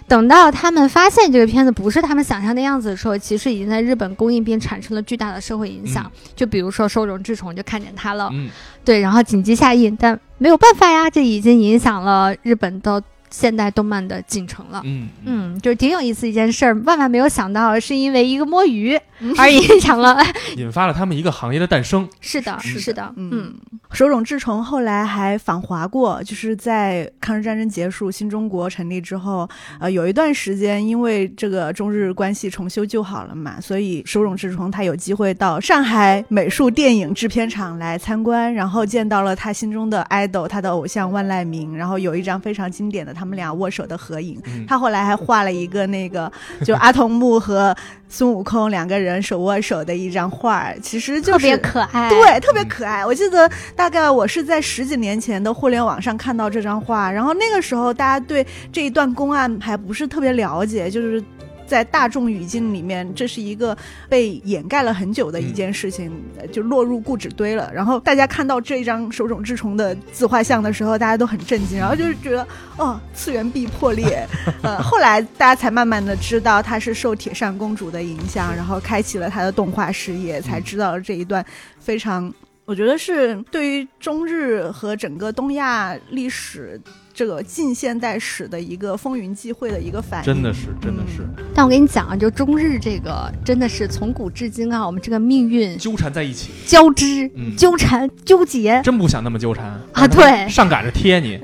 S1: 等到他们发现这个片子不是他们想象的样子的时候，其实已经在日本公映并产生了巨大的社会影响。就比如说收容之虫就看见它了，
S2: 嗯，
S1: 对，然后紧急下映，但没有办法呀，这已经影响了日本的现代动漫的进程了。
S2: 嗯嗯，
S1: 嗯，就是挺有意思一件事儿，万万没有想到是因为一个摸鱼而影响了。 <laughs>
S2: 嗯引发了他们一个行业的诞生。
S1: 是的，
S2: 是的
S1: 是的，嗯
S3: 嗯，手冢治虫后来还访华过，就是在抗日战争结束、新中国成立之后，呃，有一段时间因为这个中日关系重修旧好了嘛，所以手冢治虫他有机会到上海美术电影制片厂来参观，然后见到了他心中的 idol，他的偶像万籁鸣，然后有一张非常经典的他们俩握手的合影。
S2: 嗯，
S3: 他后来还画了一个那个，就阿童木和孙悟空两个人手握手的一张画儿，其实就
S1: 特
S3: 是
S1: 别可爱。嗯
S3: 对，特别可爱。我记得大概我是在十几年前的互联网上看到这张画，然后那个时候大家对这一段公案还不是特别了解，就是。在大众语境里面，这是一个被掩盖了很久的一件事情，呃就落入固执堆了。然后大家看到这一张手冢治虫的自画像的时候，大家都很震惊，然后就是觉得，哦，次元壁破裂。呃，后来大家才慢慢的知道他是受铁扇公主的影响，然后开启了他的动画事业，
S2: 嗯
S3: 才知道了这一段非常，我觉得是对于中日和整个东亚历史这个近现代史的一个风云际会的一个反应。
S2: 真的是，真的是
S1: 但我跟你讲啊，就中日这个真的是从古至今啊，我们这个命运
S2: 纠缠在一起，
S1: 交织、
S2: 嗯
S1: 纠缠、纠结。
S2: 真不想那么纠缠
S1: 啊对
S2: 上赶着
S1: <laughs>
S2: 贴你，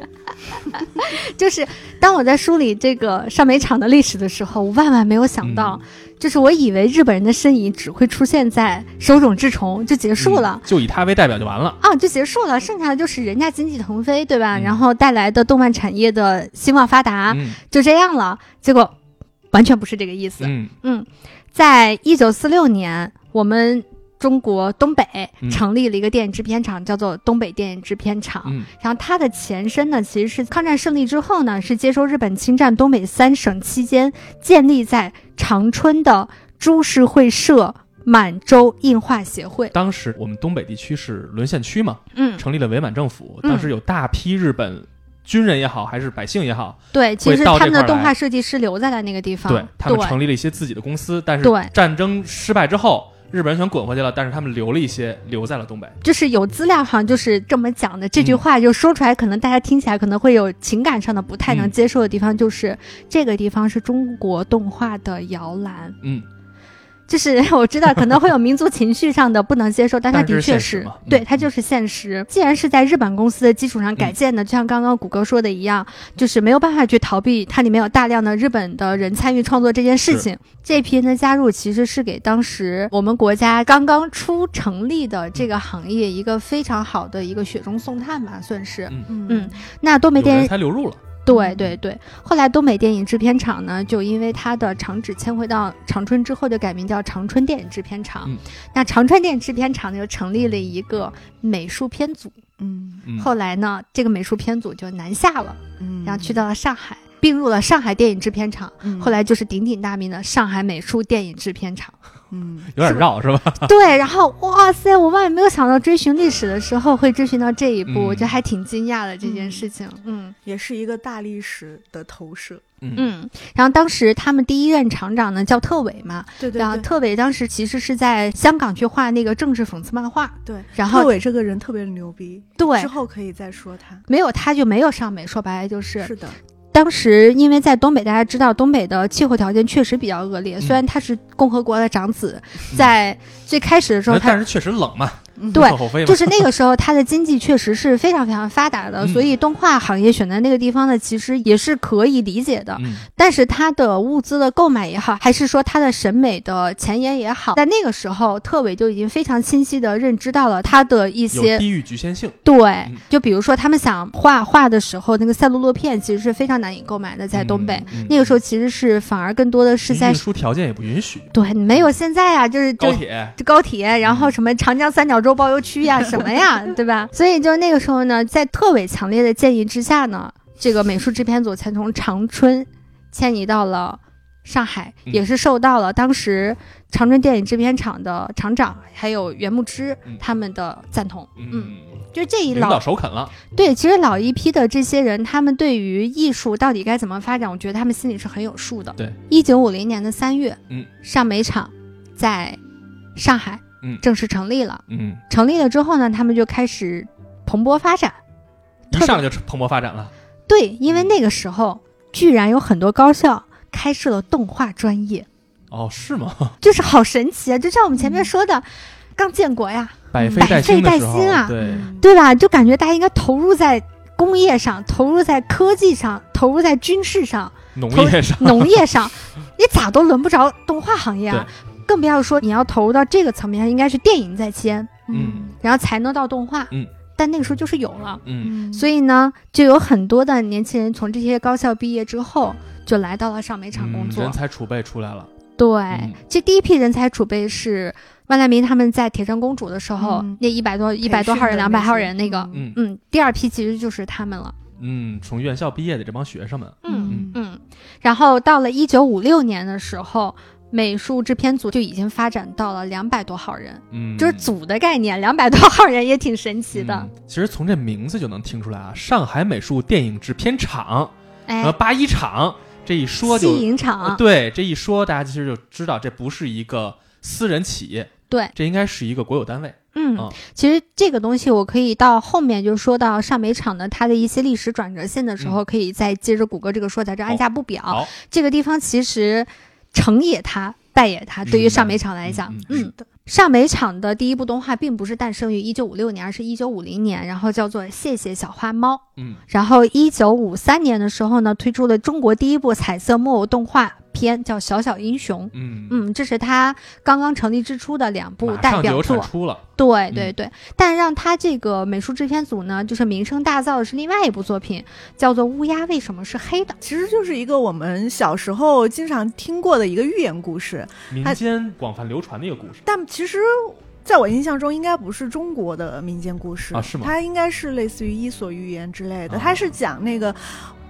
S1: 就是当我在梳理这个上美厂的历史的时候，我万万没有想到，
S2: 嗯
S1: 就是我以为日本人的身影只会出现在手冢治虫就结束了。
S2: 嗯就以他为代表就完了。
S1: 啊，就结束了，剩下的就是人家经济腾飞，对吧？
S2: 嗯
S1: 然后带来的动漫产业的兴旺发达，
S2: 嗯
S1: 就这样了。结果完全不是这个意思。
S2: 嗯
S1: 嗯，在一九四六年，我们中国东北
S2: 嗯
S1: 成立了一个电影制片厂，叫做东北电影制片厂。
S2: 嗯
S1: 然后它的前身呢，其实是抗战胜利之后呢，是接收日本侵占东北三省期间建立在长春的株式会社满洲映画协会。
S2: 当时我们东北地区是沦陷区嘛，
S1: 嗯，
S2: 成立了伪满政府，
S1: 嗯
S2: 当时有大批日本军人也好，还是百姓也好，
S1: 对，其实
S2: 到
S1: 他们
S2: 这
S1: 的
S2: 块儿
S1: 动
S2: 来
S1: 画设计师留在了那个地方。
S2: 对他们成立了一些自己的公司，但是
S1: 对
S2: 战争失败之后，日本人全滚回去了，但是他们留了一些留在了东北。
S1: 就是有资料好像就是这么讲的，这句话就说出来，可能大家听起来可能会有情感上的不太能接受的地方，就是、这个地方是中国动画的摇篮。
S2: 嗯，
S1: 就是 <laughs> 我知道可能会有民族情绪上的不能接受，但它
S2: 但这
S1: 的
S2: 是
S1: 确
S2: 现
S1: 是，
S2: 实嘛嗯嗯
S1: 对，它就是现实。既然是在日本公司的基础上改建的，就像刚刚谷歌说的一样，就是没有办法去逃避它里面有大量的日本的人参与创作这件事情。这批人的加入其实是给当时我们国家刚刚出成立的这
S2: 嗯
S1: 个行业一个非常好的一个雪中送炭吧，算是。嗯
S3: 嗯，
S1: 那东北
S2: 有
S1: 电影
S2: 人才流入了。
S1: 对对对，后来东北电影制片厂呢，就因为它的厂址迁回到长春之后，就改名叫长春电影制片厂。
S2: 嗯
S1: 那长春电影制片厂呢，就成立了一个美术片组。
S3: 嗯
S2: 嗯，
S1: 后来呢，这个美术片组就南下了，
S3: 嗯
S1: 然后去到了上海，并入了上海电影制片厂。后来就是鼎鼎大名的上海美术电影制片厂。
S3: 嗯
S2: 有点绕是吧？
S1: 对，然后哇塞，我万万没有想到追寻历史的时候会追寻到这一步，
S2: 嗯
S1: 我觉得还挺惊讶的这件事情。嗯
S3: 也是一个大历史的投射。
S2: 嗯
S1: 嗯，然后当时他们第一任厂长呢叫特委嘛，
S3: 对对
S1: 然后特委当时其实是在香港去画那个政治讽刺漫画，
S3: 对，
S1: 然
S3: 特
S1: 后
S3: 伟这个人特别牛逼，
S1: 对
S3: 之，后可以再说他。
S1: 没有他就没有上美，说白了就是
S3: 是的，
S1: 当时因为在东北，大家知道东北的气候条件确实比
S3: 嗯
S1: 较恶劣，虽然他是共和国的长子，在最开始的时候
S2: <laughs> 那但
S1: 他
S2: 是确实冷嘛，
S1: 对
S3: 嗯
S2: 无可厚非
S1: <laughs>
S2: 嘛
S1: 就是那个时候，它的经济确实是非常非常发达的，
S2: 嗯
S1: 所以动画行业选在那个地方呢，其实也是可以理解的。
S2: 嗯
S1: 但是它的物资的购买也好，还是说它的审美的前沿也好，在那个时候，特委就已经非常清晰的认知到了它的一
S2: 有嗯
S1: 些
S2: 地域局限性，
S1: 对，就比如说他们想画画的时候，那个赛璐珞片其实是非常难以购买的，在东北、
S2: 嗯
S1: 那个时候，其实是反而更多的是
S2: 嗯
S1: 在
S2: 运输条件也不允许，
S1: 对没有现在啊，就是就
S2: 高
S1: 是
S2: 铁
S1: 高铁，然
S2: 嗯
S1: 后什么长江三角洲包邮区呀、什么
S2: <laughs>
S1: 呀，对吧？所以就那个时候呢，在特委强烈的建议之下呢，这个美术制片组才从长春迁移到了上海，
S2: 嗯
S1: 也是受到了当时长春电影制片厂的厂长还有袁牧之
S2: 嗯
S1: 他们的赞同。嗯，
S2: 嗯，
S1: 就这一
S2: 领
S1: 老
S2: 导首肯了，
S1: 对，其实老一批的这些人，他们对于艺术到底该怎么发展，我觉得他们心里是很有数的。
S2: 对，
S1: 一九五零年的三月，
S2: 嗯，
S1: 上美厂在上海，
S2: 嗯
S1: 正式成立了。
S2: 嗯，
S1: 成立了之后呢，他们就开始蓬勃发展。
S2: 一
S1: 特别
S2: 上来就蓬勃发展了，
S1: 对，因为那个时候居然有很多高校开设了动画专业，
S2: 哦，是吗？
S1: 就是好神奇啊！就像我们前
S2: 嗯
S1: 面说的，刚建国呀，
S2: 百废
S1: 百
S2: 待兴
S1: 废
S2: 的
S1: 待
S2: 时候
S1: 兴啊，
S2: 对，
S3: 嗯
S1: 对吧？就感觉大家应该投入在工业上，投入在科技上，投入在军事上。
S2: 农
S1: 投
S2: 业 <laughs> 上，
S1: 农业上，你咋都轮不着动画行业啊，更不要说你要投入到这个层面上，应该是电影在先，
S2: 嗯
S1: 然后才能到动画。
S2: 嗯，
S1: 但那个时候就是有了，
S2: 嗯，
S1: 所以呢，就有很多的年轻人从这些高校毕业之后，就来到了上美厂工
S2: 嗯
S1: 作。
S2: 人才储备出来了，
S1: 对，
S2: 嗯
S1: 这第一批人才储备是万籁鸣他们在铁扇公主的时候，
S3: 嗯
S1: 那一百多一
S3: 一
S1: 百多号人、两百号人那个。
S2: 嗯
S1: 嗯，第二批其实就是他们了。
S2: 嗯，从院校毕业的这帮学生们，
S3: 嗯
S1: 嗯，然后到了一九五六年的时候，美术制片组就已经发展到了两百多号人，
S2: 嗯，
S1: 就是组的概念，两百多号人也挺神奇的。
S2: 嗯其实从这名字就能听出来啊，上海美术电影制片厂，然
S1: 哎，
S2: 后
S1: 啊
S2: 八一厂，这一嗯说
S1: 西
S2: 就
S1: 影
S2: 呃
S1: 厂，
S2: 对，这一说大家其实就知道，这不是一个私人企业，
S1: 对，
S2: 这应该是一个国有单位。
S1: 嗯
S2: 啊，
S1: 其实这个东西我可以到后面就说到上美厂的它的一些历史转折线的时候，可以再接着谷歌这个说，在这按下不表。
S2: 嗯好，
S1: 这个地方其实成也它，败也它，对于
S2: 嗯
S1: 上美厂来
S2: 嗯
S1: 讲，
S2: 嗯
S1: 嗯，上美厂的第一部动画并不是诞生于一九五六年，而是一九五零年，然后叫做《谢谢小花猫》。
S2: 嗯
S1: 然后一九五三年的时候呢，推出了中国第一部彩色木偶动画片，叫《小小英雄》。
S2: 嗯，
S1: 嗯，这是他刚刚成立之初的两部
S2: 马
S1: 代
S2: 上就
S1: 表
S2: 有产
S1: 作，
S2: 出了，嗯
S1: 对对对。但让他这个美术制片组呢，就是名声大噪的是另外一部作品，叫做《乌鸦为什么是黑的》。
S3: 其实就是一个我们小时候经常听过的一个寓言故事，
S2: 民
S3: 它
S2: 间广泛流传的一个故事。
S3: 但其实在我印象中，应该不是中国的民间故事
S2: 啊是吗
S3: 它应该是类似于《伊索寓言》之类的，
S2: 啊
S3: 它是讲那个。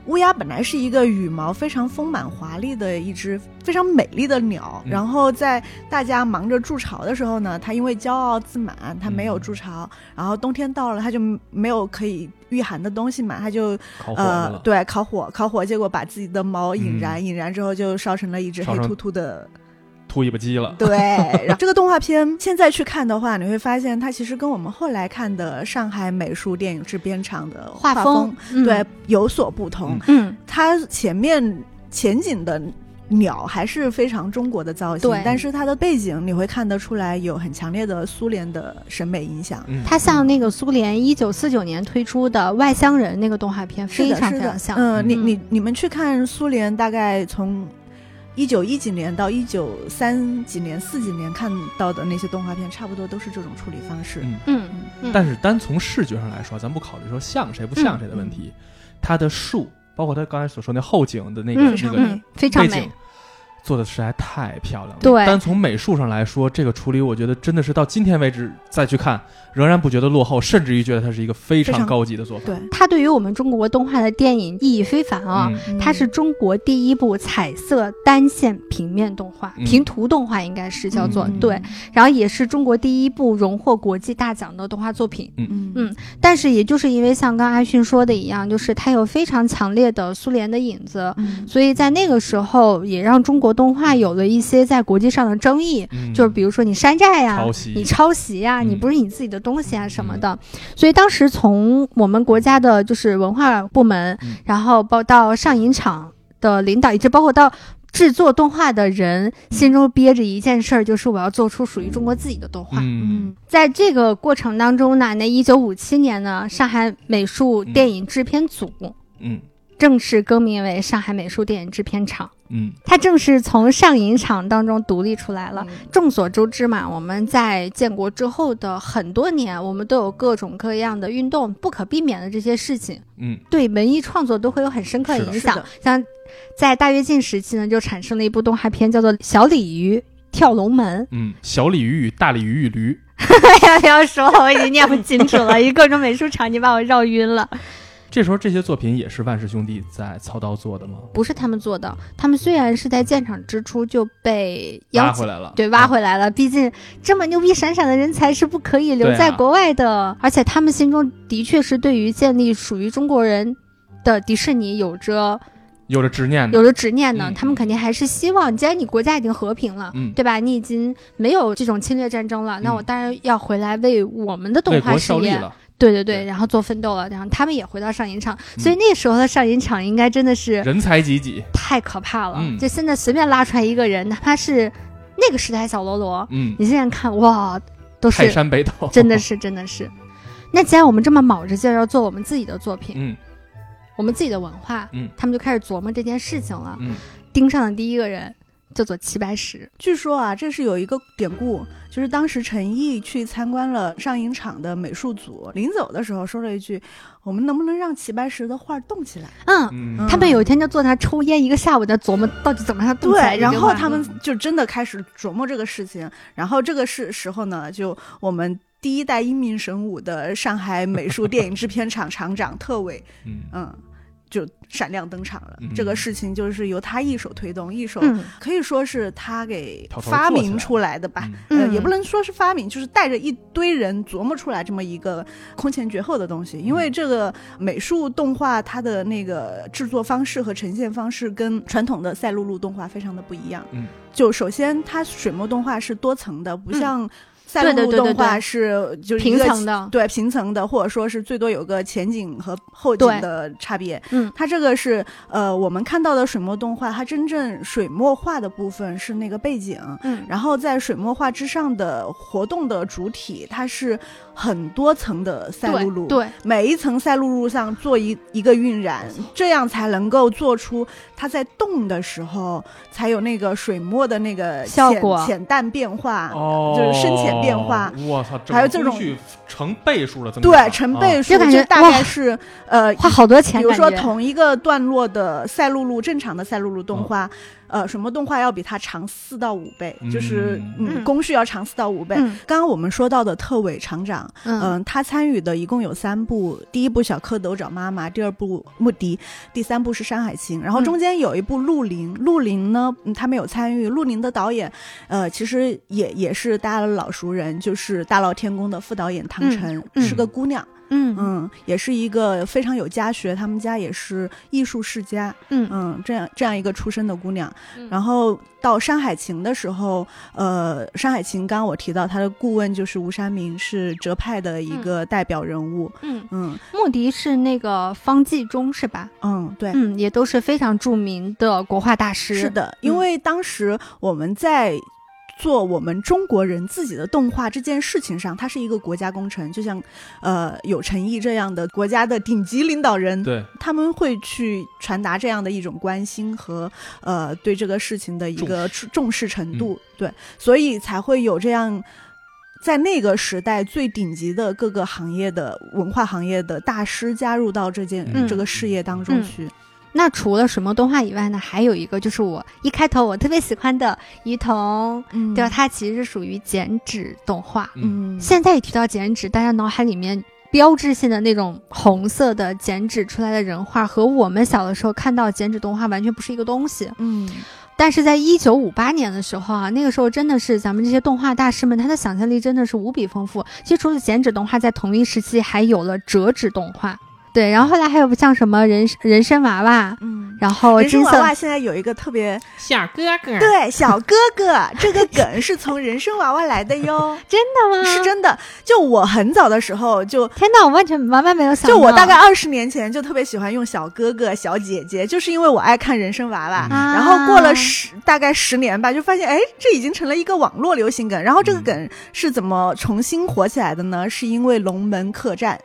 S3: 乌鸦本来是一个羽毛非常丰满华丽的一只非常美丽的鸟，
S2: 嗯
S3: 然后在大家忙着筑巢的时候呢，它因为骄傲自满，它没有
S2: 嗯
S3: 筑巢，然后冬天到了，它就没有可以御寒的东西嘛，它就
S2: 烤火
S3: 呃，
S2: 了，
S3: 对，烤火，烤火，结果把自己的毛
S2: 嗯
S3: 引燃，引燃之后就烧成了一只
S2: 烧
S3: 黑
S2: 成
S3: 秃秃的。
S2: 秃尾巴鸡了。
S3: 对，然后这个动画片现在去看的话，你会发现它其实跟我们后来看的上海美术电影制片厂的
S1: 画
S3: 风
S1: 风，嗯
S3: 对，有所不同。
S2: 嗯
S1: 嗯，
S3: 它前面前景的。鸟还是非常中国的造型
S1: 对，
S3: 但是它的背景你会看得出来有很强烈的苏联的审美影响。
S2: 嗯，
S1: 它像那个苏联一九四九年推出的《外乡人》那个动画片，
S3: 是
S1: 非
S3: 的，
S1: 常
S3: 是
S1: 非
S3: 的
S1: 常，像。
S3: 嗯，你
S1: 嗯
S3: 你你们去看苏联，大概从一九一几年到一九三几年、四几年看到的那些动画片，差不多都是这种处理方式。
S2: 嗯
S1: 嗯，嗯
S2: 但是单从视觉上来说，咱不考虑说像谁不像谁的
S1: 嗯
S2: 问题，它的树，包括他刚才所说那后景的那个、
S1: 嗯
S2: 那个
S1: 嗯非常
S2: 背景
S1: 美，，
S2: 做的实在太漂亮了。
S1: 对
S2: 单从美术上来说，这个处理我觉得真的是到今天为止再去看，仍然不觉得落后，甚至于觉得它是一个非
S3: 非
S2: 常
S3: 常
S2: 高级的做法。
S3: 对，
S1: 它对于我们中国动画的电影意义非凡啊。
S2: 嗯，
S1: 它是中国第一部彩色单线平面动画，
S2: 嗯
S1: 平图动画应该是叫做、
S2: 嗯
S1: 对，，然后也是中国第一部荣获国际大奖的动画作品。
S3: 嗯
S1: 嗯但是也就是因为像刚阿迅说的一样，就是它有非常强烈的苏联的影子，
S3: 嗯
S1: 所以在那个时候也让中国动画有了一些在国际上的争议，
S2: 嗯
S1: 就是比如说你山寨呀、
S2: 抄袭
S1: 你抄袭呀、
S2: 嗯
S1: 你不是你自己的东西啊什么的。所以当时从我们国家的就是文化部门，
S2: 嗯
S1: 然后包到上影厂的领导，以及包括到制作动画的
S2: 嗯
S1: 人心中憋着一件事儿，就是我要做出属于中国自己的动画。
S2: 嗯，
S1: 在这个过程当中呢，那一九五七年呢，上海美术电影制片组
S2: 嗯
S1: 正式更名为上海美术电影制片厂，
S2: 嗯
S1: 它正式从上影厂当中独立出来了。
S3: 嗯
S1: 众所周知嘛，我们在建国之后的很多年，我们都有各种各样的运动，不可避免的这些事情，
S2: 嗯
S1: 对文艺创作都会有很深刻
S2: 是的
S1: 影
S3: 是
S1: 响
S3: 的。
S1: 像在大跃进时期呢，就产生了一部动画片，叫做《小鲤鱼跳龙门
S2: 嗯，小鲤鱼与大鲤鱼与驴，》。
S1: <laughs> 哎呀，不要说了，我已经念不清楚了，一各种美术场，你把我绕晕了。
S2: 这时候这些作品也是万氏兄弟在操刀做的吗？
S1: 不是他们做的，他们虽然是在建厂之初就被邀
S2: 挖
S1: 请
S2: 回。来了，啊
S1: 对，挖
S2: 来。
S1: 回来了。毕竟这么牛逼闪闪的人才是不可以留
S2: 对啊
S1: 在国外的，而且他们心中的确是对于建立属于中国人的迪士尼有着
S2: 有了执念的，
S1: 有了执念呢。
S2: 嗯
S1: 他们肯定还是希望，既然你国家已经和平了，
S2: 嗯
S1: 对吧？你已经没有这种侵略战争了，那
S2: 嗯
S1: 我当然要回来为我们的动
S2: 为
S1: 画
S2: 国
S1: 事
S2: 效力
S1: 业，
S2: 了，
S1: 对对对，
S2: 对
S1: 然后做奋斗了。然后他们也回到上影厂，
S2: 嗯
S1: 所以那时候的上影厂应该真的是
S2: 人才济济。
S1: 太可怕了。
S2: 嗯
S1: 就现在随便拉出来一个人，哪怕是那个时代小喽啰，
S2: 嗯，
S1: 你现在看哇，都
S2: 泰
S1: 是
S2: 山北斗，
S1: 真的。是真的是。那既然我们这么卯着劲儿要做我们自己的作品，
S2: 嗯
S1: 我们自己的文化，
S2: 嗯
S1: 他们就开始琢磨这件事情了。
S2: 嗯
S1: 盯上的第一个人叫做齐白石，
S3: 据说啊，这是有一个典故，就是当时陈毅去参观了上影厂的美术组，临走的时候说了一句：“我们能不能让齐白石的画动起来
S1: 嗯，
S2: 嗯
S1: 他们有一天就坐那儿抽烟一个下午，在琢磨到底怎么让？”他动起来
S3: 对，
S1: 这句话。
S3: 然后他们就真的开始琢磨这个事情。然后这个是时候呢，就我们第一代英明神武的上海美术电影制
S2: <laughs>
S3: 片厂厂长特委，
S2: 嗯
S3: 嗯，就闪亮登场了。
S2: 嗯
S3: 这个事情就是由他一手推动，一手、
S1: 嗯，
S3: 可以说是他给
S2: 偷偷
S3: 发
S2: 做起
S3: 明
S2: 来
S3: 出来的吧。
S2: 嗯
S1: 嗯
S3: 呃，也不能说是发明，就是带着一堆人琢磨出来这么一个空前绝后的东西。因为
S1: 嗯
S3: 这个美术动画它的那个制作方式和呈现方式跟传统的赛璐璐动画非常的不一样。
S2: 嗯，
S3: 就首先它水墨动画是多层的，不
S1: 嗯
S3: 像赛璐
S1: 对对
S3: 璐
S1: 对对
S3: 动画
S1: 对
S3: 是就是一
S1: 平
S3: 个
S1: 层的，
S3: 对平层的，或者说是最多有个前景和后景
S1: 对
S3: 的差别。
S1: 嗯
S3: 它这个是呃，我们看到的水墨动画，它真正水墨画的部分是那个背景，
S1: 嗯，
S3: 然后在水墨画之上的活动的主体，它是很多层的赛璐
S1: 对
S3: 璐，
S1: 对，
S3: 每一层赛璐璐上做一一个晕染，这样才能够做出它在动的时候才有那个水墨的那个
S1: 效
S3: 浅
S1: 果
S3: 浅淡变化，
S2: 哦，
S3: 啊就是深浅变化。
S2: 我操，
S3: 还有
S2: 整
S3: 这
S2: 个
S3: 种
S2: 工序成倍数的增长，
S3: 对，成倍
S2: 啊
S3: 数
S1: 就感觉
S3: 大概是呃
S1: 花好多钱，
S3: 比如说
S1: 感觉
S3: 同一个段落的赛璐璐，正常的赛璐璐动画，呃，水墨动画要比它长四到五倍，
S2: 嗯
S3: 就是
S1: 嗯
S3: 嗯，工序要长四到五倍。
S1: 嗯
S3: 刚刚我们说到的特委厂长，
S1: 嗯
S3: 嗯、他参与的一共有三部，第一部《小蝌蚪找妈妈》，第二部《牧笛》，第三部是《山海情》，然后
S1: 嗯
S3: 中间有一部《鹿林》，《鹿林》呢、嗯他没有参与，《鹿林》的导演，呃，其实也也是大家的老熟人，就是《大闹天宫》的副导演唐
S1: 嗯
S3: 晨，
S1: 嗯
S3: 是个姑娘。
S1: 嗯
S3: 嗯，也是一个非常有家学，他们家也是艺术世家，
S1: 嗯
S3: 嗯，这样这样一个出身的姑娘。
S1: 嗯
S3: 然后到《山海情》的时候，呃，《山海情》刚刚我提到他的顾问就是吴山明，是哲派的一个代表人物。
S1: 嗯，
S3: 嗯
S1: 穆迪是那个方继中是吧？
S3: 嗯，对。
S1: 嗯，也都是非常著名的国画大师。
S3: 是，的，
S1: 嗯
S3: 因为当时我们在做我们中国人自己的动画这件事情上，它是一个国家工程，就像呃有陈毅这样的国家的顶级领导人，
S2: 对
S3: 他们会去传达这样的一种关心和呃对这个事情的一个重重视嗯程度，对，所以才会有这样。在那个时代，最顶级的各个行业的文化行业的大师加入到这件、
S2: 嗯
S3: 这个事业当中
S1: 嗯
S3: 去。
S1: 那除了水墨动画以外呢，还有一个就是我一开头我特别喜欢的于彤，
S3: 嗯
S1: 对吧？它其实是属于剪纸动画。
S3: 嗯，
S1: 现在一提到剪纸，大家脑海里面标志性的那种红色的剪纸出来的人画，和我们小的时候看到剪纸动画完全不是一个东西。
S3: 嗯，
S1: 但是在一九五八年的时候啊，那个时候真的是咱们这些动画大师们，他的想象力真的是无比丰富。其实除了剪纸动画，在同一时期还有了折纸动画，对，然后后来还有像什么人人参娃娃，
S3: 嗯，
S1: 然后
S3: 人参
S1: 金
S3: 娃
S1: 色
S3: 娃现在有一个特别
S4: 小哥哥，
S3: 对小哥哥这个梗是从人参娃娃来的 <laughs> 哟，
S1: 真的吗？
S3: 是真的。就我很早的时候就。
S1: 天哪，我完全完全没有想到，
S3: 就我大概二十年前就特别喜欢用小哥哥、小姐姐，就是因为我爱看人参娃娃。
S2: 嗯
S1: 啊，
S3: 然后过了十大概十年吧，就发现哎，这已经成了一个网络流行梗。然后这个
S2: 嗯
S3: 梗是怎么重新火起来的呢？是因为《龙门客栈》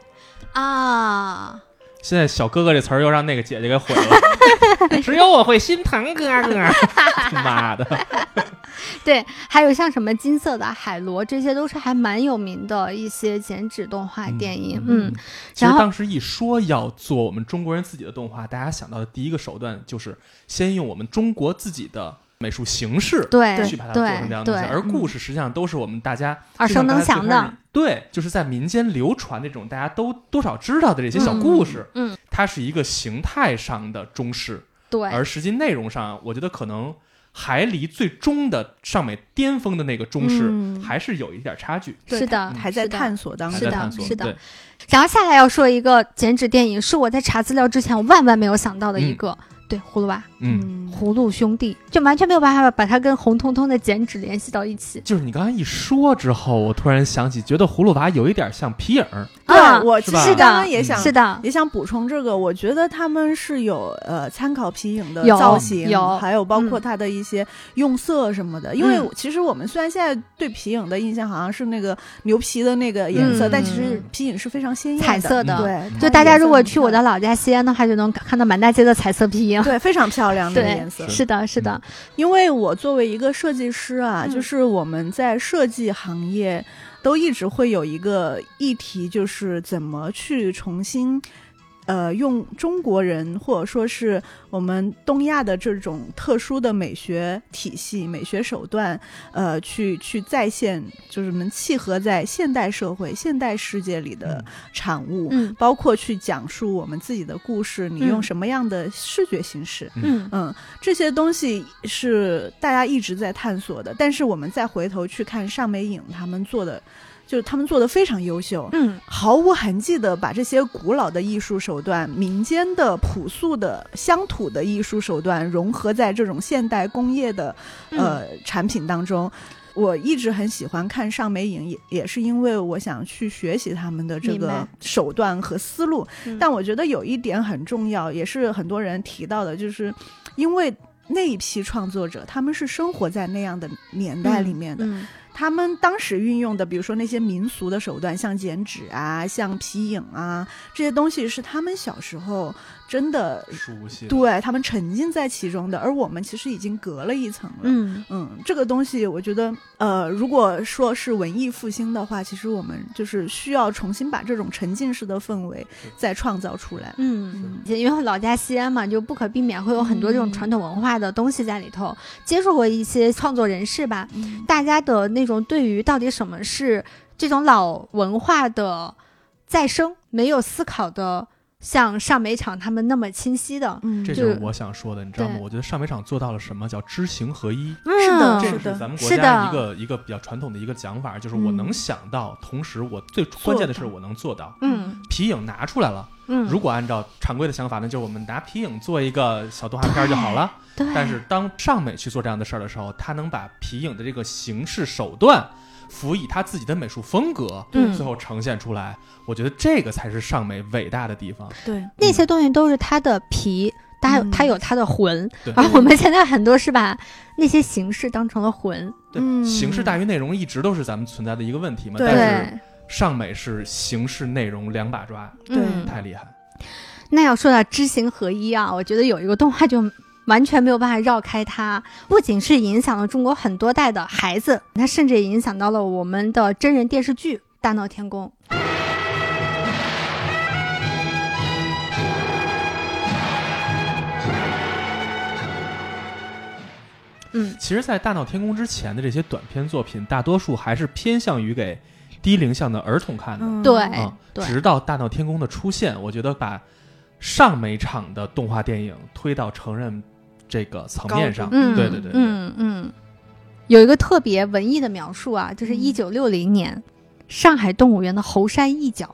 S1: 啊，
S2: 现在小哥哥这词儿又让那个姐姐给毁了，
S4: 只有我会心疼哥哥。
S2: 妈的！
S1: 对，还有像什么金色的海螺，这些都是还蛮有名的一些剪纸动画电影。嗯，
S2: 其实
S1: 然后
S2: 当时一说要做我们中国人自己的动画，大家想到的第一个手段就是先用我们中国自己的美术形式
S1: 对
S2: 去把它做成这
S1: 对
S2: 样的东西，
S1: 对，
S2: 而故事实际上都是我们大家
S1: 耳熟啊能详。
S2: 就像刚才最开
S1: 的
S2: 始。对，就是在民间流传那种大家都多少知道的这些小故事，
S1: 嗯，嗯
S2: 它是一个形态上的中式，
S1: 对，
S2: 而实际内容上，我觉得可能还离最终的上美巅峰的那个中式
S3: 嗯
S2: 还是有一点差距，
S3: 对
S1: 是的，
S3: 还在
S1: 是的
S3: 探索当
S2: 还
S1: 是
S2: 在
S1: 的
S3: 中。
S2: 探索。
S1: 是的
S2: 对
S1: 然后下来要说一个剪纸电影，是我在查资料之前我万万没有想到的一个，对，葫芦娃、
S2: 嗯。
S3: 嗯
S1: 葫芦兄弟，就完全没有办法把它跟红彤彤的剪纸联系到一起。
S2: 就是你刚才一说之后，我突然想起，觉得葫芦娃有一点像皮影儿，
S1: 啊
S3: 对，我
S2: 是
S3: 其
S2: 吧
S3: 实刚刚也
S2: 嗯
S3: 想
S1: 是的，
S3: 也想补充这个，我觉得他们是有呃参考皮影的
S1: 有
S3: 造型，
S1: 有
S3: 还有包括它的一些用色什么的。因为
S1: 嗯
S3: 其实我们虽然现在对皮影的印象好像是那个牛皮的那个颜色，
S1: 嗯
S3: 但其实皮影是非常鲜艳的
S1: 彩嗯色的。
S3: 嗯对，它
S1: 就大家如果去我
S3: 颜
S1: 的老家西安的话，就能看到满大街的彩色皮影。
S3: 色很漂亮对非常漂亮的
S1: 对
S3: 颜色，
S1: <laughs> 是的，是的，
S3: 因为我作为一个设计师啊，
S1: 嗯
S3: 就是我们在设计行业都一直会有一个议题，就是怎么去重新。呃，用中国人或者说是我们东亚的这种特殊的美学体系、美学手段，呃，去去再现，就是能契合在现代社会、现代世界里的产物，
S1: 嗯
S3: 包括去讲述我们自己的故事，你
S1: 嗯
S3: 用什么样的视觉形式，
S1: 嗯，
S3: 嗯，这些东西是大家一直在探索的，但是我们再回头去看上美影他们做的，就是他们做的非常优秀，
S1: 嗯，
S3: 毫无痕迹的把这些古老的艺术手段、民间的朴素的乡土的艺术手段融合在这种现代工业的
S1: 嗯
S3: 呃、产品当中。我一直很喜欢看上美影，也也是因为我想去学习他们的这
S1: 明
S3: 个
S1: 白
S3: 手段和思路。
S1: 嗯
S3: 但我觉得有一点很重要，也是很多人提到的，就是因为那一批创作者，他们是生活在那样的年代里面的，
S1: 嗯，
S3: 他们当时运用的，比如说那些民俗的手段，像剪纸啊，像皮影啊，这些东西是他们小时候真的
S2: 熟悉。
S3: 对他们沉浸在其中的，而我们其实已经隔了一层了。
S1: 嗯，
S3: 嗯，这个东西我觉得，呃，如果说是文艺复兴的话，其实我们就是需要重新把这种沉浸式的氛围再创造出来。
S1: 嗯。
S3: 嗯，
S1: 因为老家西安嘛，就不可避免会有很多这种
S3: 嗯
S1: 传统文化的东西在里头。接触过一些创作人士吧，
S3: 嗯
S1: 大家的那种对于到底什么是这种老文化的再生，没有思考的像上美场他们那么清晰的。
S3: 嗯
S2: 这
S1: 就
S2: 就是我想说的，你知道吗？
S1: 对
S2: 我觉得上美场做到了什么叫知行合一，
S3: 是的
S2: 这
S3: 嗯是
S2: 个
S3: 的
S2: 是
S3: 嗯
S2: 咱们国
S1: 是
S2: 家
S1: 的
S2: 一个一个比较传统的一个讲法，就是我能想到，同时我最关键的是
S3: 做到
S2: 我能做到。
S1: 嗯
S2: 皮影拿出来了，
S1: 嗯，
S2: 如果按照常规的想法，那就是我们拿皮影做一个小动画片就好了。
S1: 对，
S3: 哎
S2: 但是当尚美去做这样的事儿的时候，他能把皮影的这个形式手段辅以他自己的美术风格，
S1: 嗯
S2: 最后呈现出来。我觉得这个才是尚美伟大的地方。
S3: 对，
S1: 那些东西都是它的皮，它有它有它的魂
S2: 对，
S1: 而我们现在很多是把那些形式当成了魂。
S2: 对，
S3: 嗯
S2: 形式大于内容一直都是咱们存在的一个问题嘛。
S3: 对
S2: 但是
S1: 对，
S2: 尚美是形式内容两把抓，
S1: 嗯
S2: 太厉害。
S1: 那要说到知行合一啊，我觉得有一个动画就完全没有办法绕开它，不仅是影响了中国很多代的孩子，它甚至也影响到了我们的真人电视剧《大闹天宫》。嗯，
S2: 其实，在《大闹天宫》之前的这些短片作品，大多数还是偏向于给低龄向的儿童看的。
S3: 嗯
S1: 对，
S2: 啊，
S1: 对
S2: 直到《大闹天宫》的出现，我觉得把上美场的动画电影推到成人这个层面上，
S3: 高
S1: 嗯，
S2: 对对对，对
S1: 嗯嗯，有一个特别文艺的描述啊，就是
S3: 嗯
S1: 一九六零年、上海动物园的猴山一角，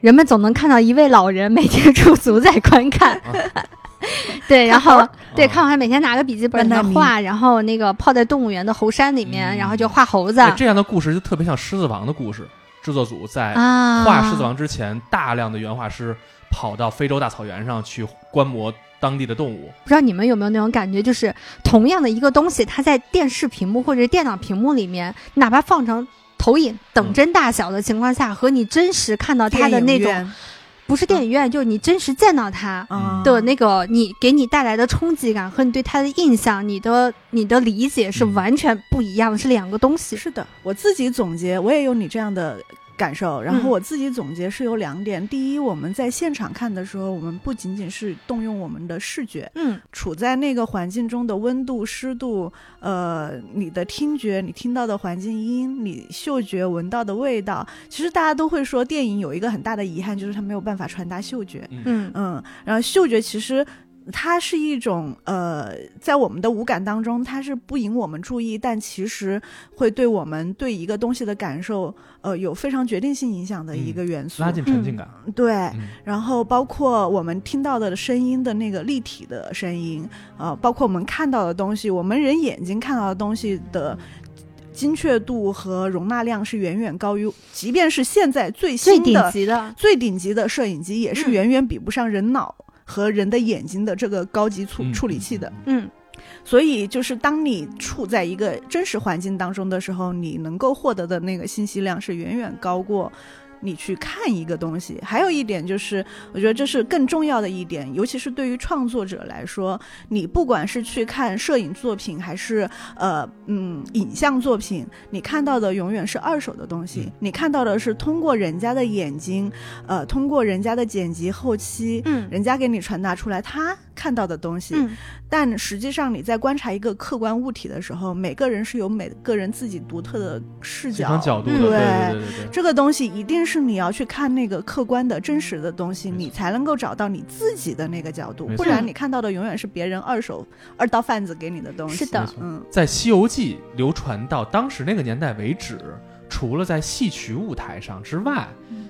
S1: 人们总能看到一位老人每天驻足在观看，
S2: 啊
S1: <laughs> 对，然后对，
S2: 哦
S1: 看我还每天拿个笔记本在那
S3: 万代迷
S1: 画，然后那个泡在动物园的猴山里面，
S2: 嗯
S1: 然后就画猴子啊
S2: 哎这样的故事就特别像《狮子王》的故事。制作组在
S1: 啊，
S2: 哎画《狮子王》之前，大量的原画师跑到非洲大草原上去观摩当地的动物。
S1: 不知道你们有没有那种感觉，就是同样的一个东西，它在电视屏幕或者电脑屏幕里面，哪怕放成投影等真大小的情况下，和你真实看到它的那
S3: 电影
S1: 种，
S3: 院
S1: 不是电影院，就是你真实见到它。
S3: 啊
S1: 的那个你给你带来的冲击感和你对它的印象，你的你的理解是
S2: 嗯
S1: 完全不一样的，是两个东西。
S3: 是的，我自己总结，我也有你这样的感受。然
S1: 嗯
S3: 后我自己总结是有两点：第一，我们在现场看的时候，我们不仅仅是动用我们的视觉，
S1: 嗯，
S3: 处在那个环境中的温度、湿度，呃，你的听觉，你听到的环境音，你嗅觉闻到的味道。其实大家都会说，电影有一个很大的遗憾，就是它没有办法传达嗅觉。
S1: 嗯
S3: 嗯，然后嗅觉其实它是一种呃，在我们的五感当中，它是不引我们注意，但其实会对我们对一个东西的感受，呃，有非常决定性影响的一个元素。
S2: 嗯拉近沉浸感。
S3: 对，
S2: 嗯
S3: 然后包括我们听到的声音的那个立体的声音，呃，包括我们看到的东西，我们人眼睛看到的东西的。精确度和容纳量是远远高于，即便是现在最
S1: 最
S3: 新
S1: 顶
S3: 的
S1: 级的，
S3: 最顶级的摄影机也是
S1: 嗯
S3: 远远比不上人脑和人的眼睛的这个高级处
S2: 嗯
S3: 处理器的。
S1: 嗯
S3: 所以，就是当你处在一个真实环境当中的时候，你能够获得的那个信息量是远远高过。你去看一个东西，还有一点就是，我觉得这是更重要的一点，尤其是对于创作者来说，你不管是去看摄影作品，还是呃嗯影像作品，你看到的永远是二手的东西，
S2: 嗯
S3: 你看到的是通过人家的眼睛，呃，通过人家的剪辑后期，
S1: 嗯
S3: 人家给你传达出来他看到的东西，
S1: 嗯，
S3: 但实际上，你在观察一个客观物体的时候，每个人是有每个人自己独特的视
S2: 欣
S3: 角。
S2: 赏角度的，
S1: 嗯
S2: 对
S3: 对
S2: 对对对对。
S3: 这个东西一定是你要去看那个客观的真实的东西，
S2: 没错
S3: 你才能够找到你自己的那个角度
S2: 没，错
S3: 不然你看到的永远是别人二手二道贩子给你的东西。
S1: 是的
S2: 没错
S3: 嗯，
S2: 在《西游记》流传到当时那个年代为止，除了在戏曲舞台上之外，
S3: 嗯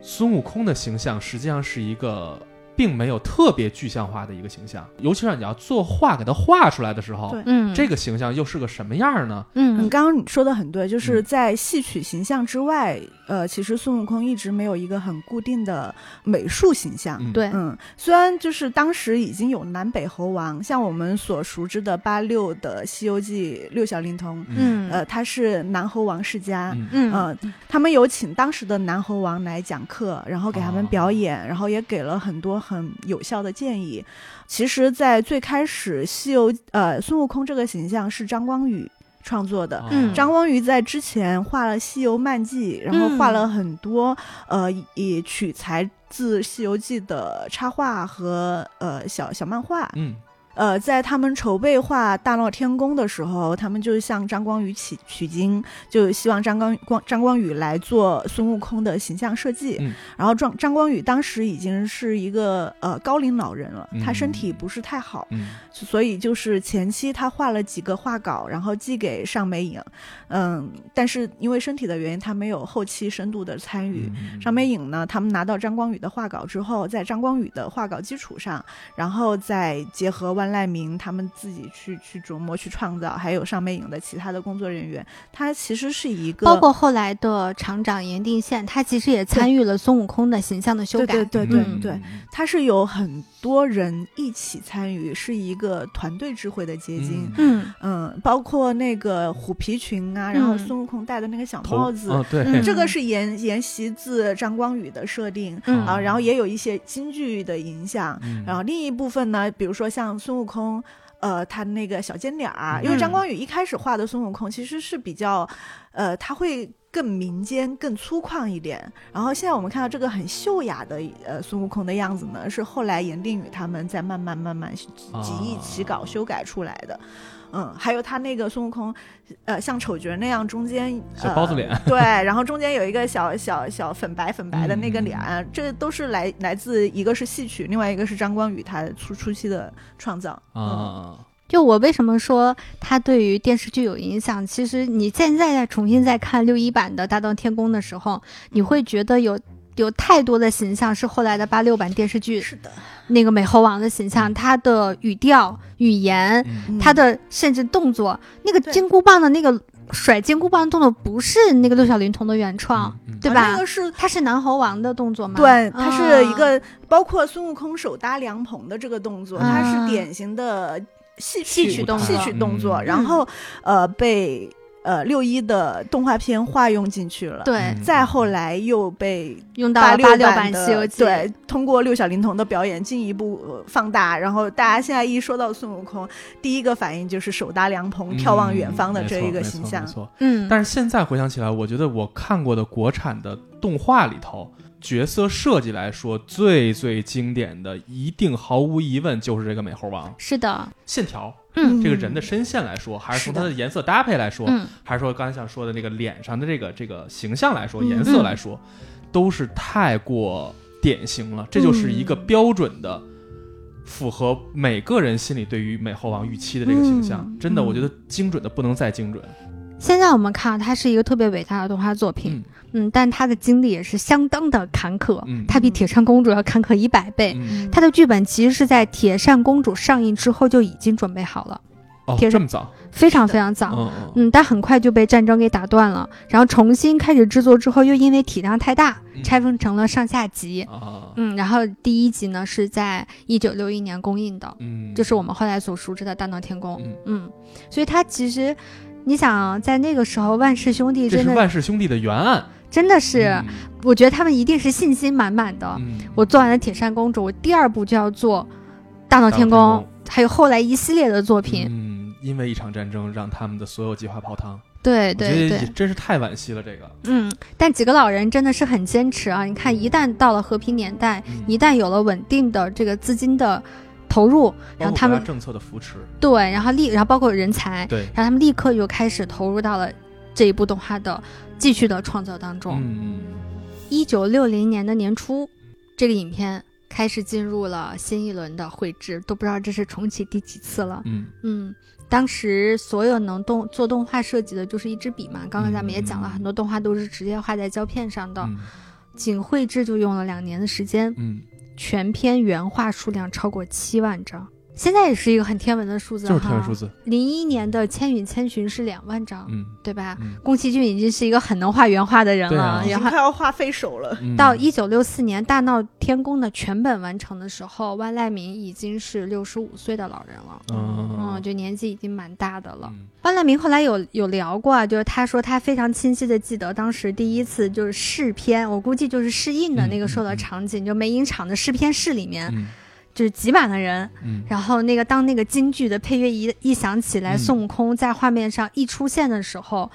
S2: 孙悟空的形象实际上是一个并没有特别具象化的一个形象。尤其让你要作画给它画出来的时候
S3: 对，
S1: 嗯，
S2: 这个形象又是个什么样呢？
S3: 你
S1: 嗯
S3: 刚刚你说的很对，就是
S2: 嗯
S3: 在戏曲形象之外，呃，其实孙悟空一直没有一个很固定的美术形象。
S2: 嗯，
S1: 对，
S3: 嗯，虽然就是当时已经有南北猴王，像我们所熟知的八六的《西游记》六小龄童，
S2: 嗯，
S1: 嗯
S3: 呃，他是南猴王世家。
S2: 嗯
S1: 嗯
S3: 呃，他们有请当时的南猴王来讲课，然后给他们
S2: 哦
S3: 表演，然后也给了很多很有效的建议。其实，在最开始，西游呃孙悟空这个形象是张光宇创作的，
S2: 哦
S1: 嗯
S3: 张光宇在之前画了《西游漫记》，然后画了
S2: 嗯
S3: 很多、呃以取材自《西游记》的插画和呃小小漫画。
S2: 嗯，
S3: 呃，在他们筹备画《大闹天宫》的时候，他们就向张光宇取取经，就希望张光光张光宇来做孙悟空的形象设计。
S2: 嗯
S3: 然后张张光宇当时已经是一个呃高龄老人了，他身体
S2: 嗯
S3: 不是太好，
S2: 嗯
S3: 所以就是前期他画了几个画稿，然后寄给上美影，嗯，但是因为身体的原因，他没有后期深度的参与。
S2: 嗯，
S3: 上美影呢，他们拿到张光宇的画稿之后，在张光宇的画稿基础上，然后再结合万籁鸣他们自己去去琢磨、去创造，还有上美影的其他的工作人员，他其实是一个
S1: 包括后来的厂长严定宪，他其实也参与了孙悟空的形象的修
S3: 对
S1: 改。
S3: 对对对
S2: 嗯
S3: 对，，他是有很多人一起参与，是一个团队智慧的结晶。
S2: 嗯
S1: 嗯
S3: 嗯，包括那个虎皮裙啊，
S1: 嗯
S3: 然后孙悟空戴的那个小
S2: 头
S3: 帽子，
S2: 嗯，对
S1: 嗯，
S3: 这个是沿沿袭自张光宇的设定、
S1: 嗯
S3: 啊，然后也有一些京剧的影响，
S2: 嗯
S3: 然后另一部分呢，比如说像孙悟空。呃，他那个小尖脸儿，啊因为
S1: 嗯
S3: 张光宇一开始画的孙悟空其实是比较，呃，他会更民间、更粗犷一点。然后现在我们看到这个很秀雅的呃孙悟空的样子呢，是后来严定宇他们在慢慢慢慢几亿起
S2: 哦
S3: 稿修改出来的。嗯，还有他那个孙悟空，呃，像丑角那样，中间
S2: 小包子脸， <laughs>
S3: 呃对，然后中间有一个小小小粉白粉白的那个
S2: 嗯
S3: 脸，这都是来来自一个是戏曲，另外一个是张光宇他初初期的创造。
S2: 啊啊，
S1: 就我为什么说他对于电视剧有影响？其实你现在再重新再看六一版的《大闹天宫》的时候，你会觉得有有太多的形象是后来的八六版电视剧
S3: 是嗯的，
S1: 那个美猴王的形象，他的语调、语言，
S2: 嗯
S1: 他的甚至动作，那个
S3: 对
S1: 金箍棒的那个甩金箍棒的动作不是那个六小龄童的原创，
S2: 嗯嗯
S1: 对
S3: 啊
S1: 吧？
S3: 那个是
S1: 他是南猴王的动作吗？
S3: 对，它是
S1: 嗯
S3: 一个包括孙悟空手搭凉棚的这个动作，它
S1: 啊
S3: 是典型的戏
S1: 戏曲动
S3: 戏
S1: 作
S3: 曲动作，
S2: 嗯
S3: 然后呃被呃六一的动画片化用进去了。
S1: 对，
S2: 嗯
S3: 再后来又被
S1: 用到了
S3: 六
S1: 八六
S3: 版
S1: 版《
S3: 的
S1: 西游记》，
S3: 对，通过六小龄童的表演进一步呃放大，然后大家现在一说到孙悟空，第一个反应就是手搭凉棚、眺望远方的
S2: 嗯
S3: 这
S2: 没错
S3: 一个
S2: 没
S3: 形
S2: 错
S3: 象
S2: 没。错，
S1: 嗯，
S2: 但是现在回想起来，我觉得我看过的国产的动画里头，角色设计来说最最经典的，一定毫无疑问就是这个美猴王。
S1: 是的，
S2: 线条，
S1: 嗯
S2: 这个人的声线来说，还是
S3: 是
S2: 从
S3: 的
S2: 它的颜色搭配来说，
S1: 嗯，
S2: 还是说刚才想说的那个脸上的这个这个形象来说，
S3: 嗯
S2: 颜色来说，都是太过典型了。这就是一个标准的，符合每个人心里对于美猴王预期的这个形象。
S3: 嗯
S2: 真的，
S3: 嗯
S2: 我觉得精准的不能再精准。
S1: 现在我们看它是一个特别伟大的动画作品，
S2: 嗯
S1: 嗯，但它的经历也是相当的坎坷，
S2: 嗯
S1: 它比《铁扇公主》要坎坷一百倍。
S2: 嗯，
S1: 它的剧本其实是在《铁扇公主》上映之后就已经准备好了，
S2: 哦，
S1: 贴
S2: 这么早，
S1: 非常非常早。
S2: 嗯嗯
S1: 嗯，但很快就被战争给打断了，然后重新开始制作之后，又因为体量太大，
S2: 嗯
S1: 拆分成了上下集。
S2: 啊，
S1: 嗯，然后第一集呢是在一九六一年公映的，
S2: 嗯，
S1: 就是我们后来所熟知的《大闹天宫》。
S2: 嗯
S1: 嗯，所以它其实，你想在那个时候，万氏兄弟
S2: 这
S1: 真
S2: 是
S1: 的
S2: 万氏兄弟的原案，
S1: 真的是，
S2: 嗯
S1: 我觉得他们一定是信心满满的。
S2: 嗯，
S1: 我做完了《铁扇公主》，我第二部就要做《大闹天宫》
S2: 大闹天
S1: 还有后来一系列的作品。
S2: 嗯，因为一场战争让他们的所有计划泡汤，
S1: 对
S2: 我觉
S1: 对
S2: 得也
S1: 对，
S2: 真是太惋惜了。这个，
S1: 嗯，但几个老人真的是很坚持啊！你看，一旦到了和平年代，
S2: 嗯
S1: 一旦有了稳定的这个资金的投入，
S2: 包括
S1: 然后他
S2: 国家
S1: 们
S2: 政策的扶持，
S1: 对，然后立，然后包括人才，
S2: 对，
S1: 然后他们立刻就开始投入到了这一部动画的继续的创作当中。
S2: 嗯，
S1: 一九六零年的年初，这个影片开始进入了新一轮的绘制，都不知道这是重启第几次了。
S2: 嗯，
S1: 嗯，当时所有能动做动画设计的就是一支笔嘛，刚刚咱们也讲了，
S2: 嗯
S1: 很多动画都是直接画在胶片上的，
S2: 嗯
S1: 仅绘制就用了两年的时间，
S2: 嗯，
S1: 全片原画数量超过七万张。现在也是一个很天文的数字，
S2: 嗯就是天文数
S1: 字。
S2: 字，
S1: 零一年的《千与千寻》是两万张，
S2: 嗯
S1: 对吧？
S2: 嗯
S1: 宫崎骏已经是一个很能画原画的人
S2: 对
S1: 了，
S2: 啊
S3: 已经
S1: 然后
S3: 快要画废手了，
S2: 嗯，
S1: 到一九六四年《大闹天宫》的全本完成的时候，万籁鸣已经是六十五岁的老人了，嗯，
S2: 嗯
S1: 就年纪已经蛮大的了。
S2: 嗯
S1: 万籁鸣后来有有聊过啊，就是他说他非常清晰的记得当时第一次就是试片，我估计就是试映的那个时候的场景，就梅影厂的试片室里面，
S2: 嗯
S1: 就是挤满了人。
S2: 嗯，
S1: 然后那个当那个京剧的配乐一一响起来，
S2: 嗯
S1: 孙悟空在画面上一出现的时候，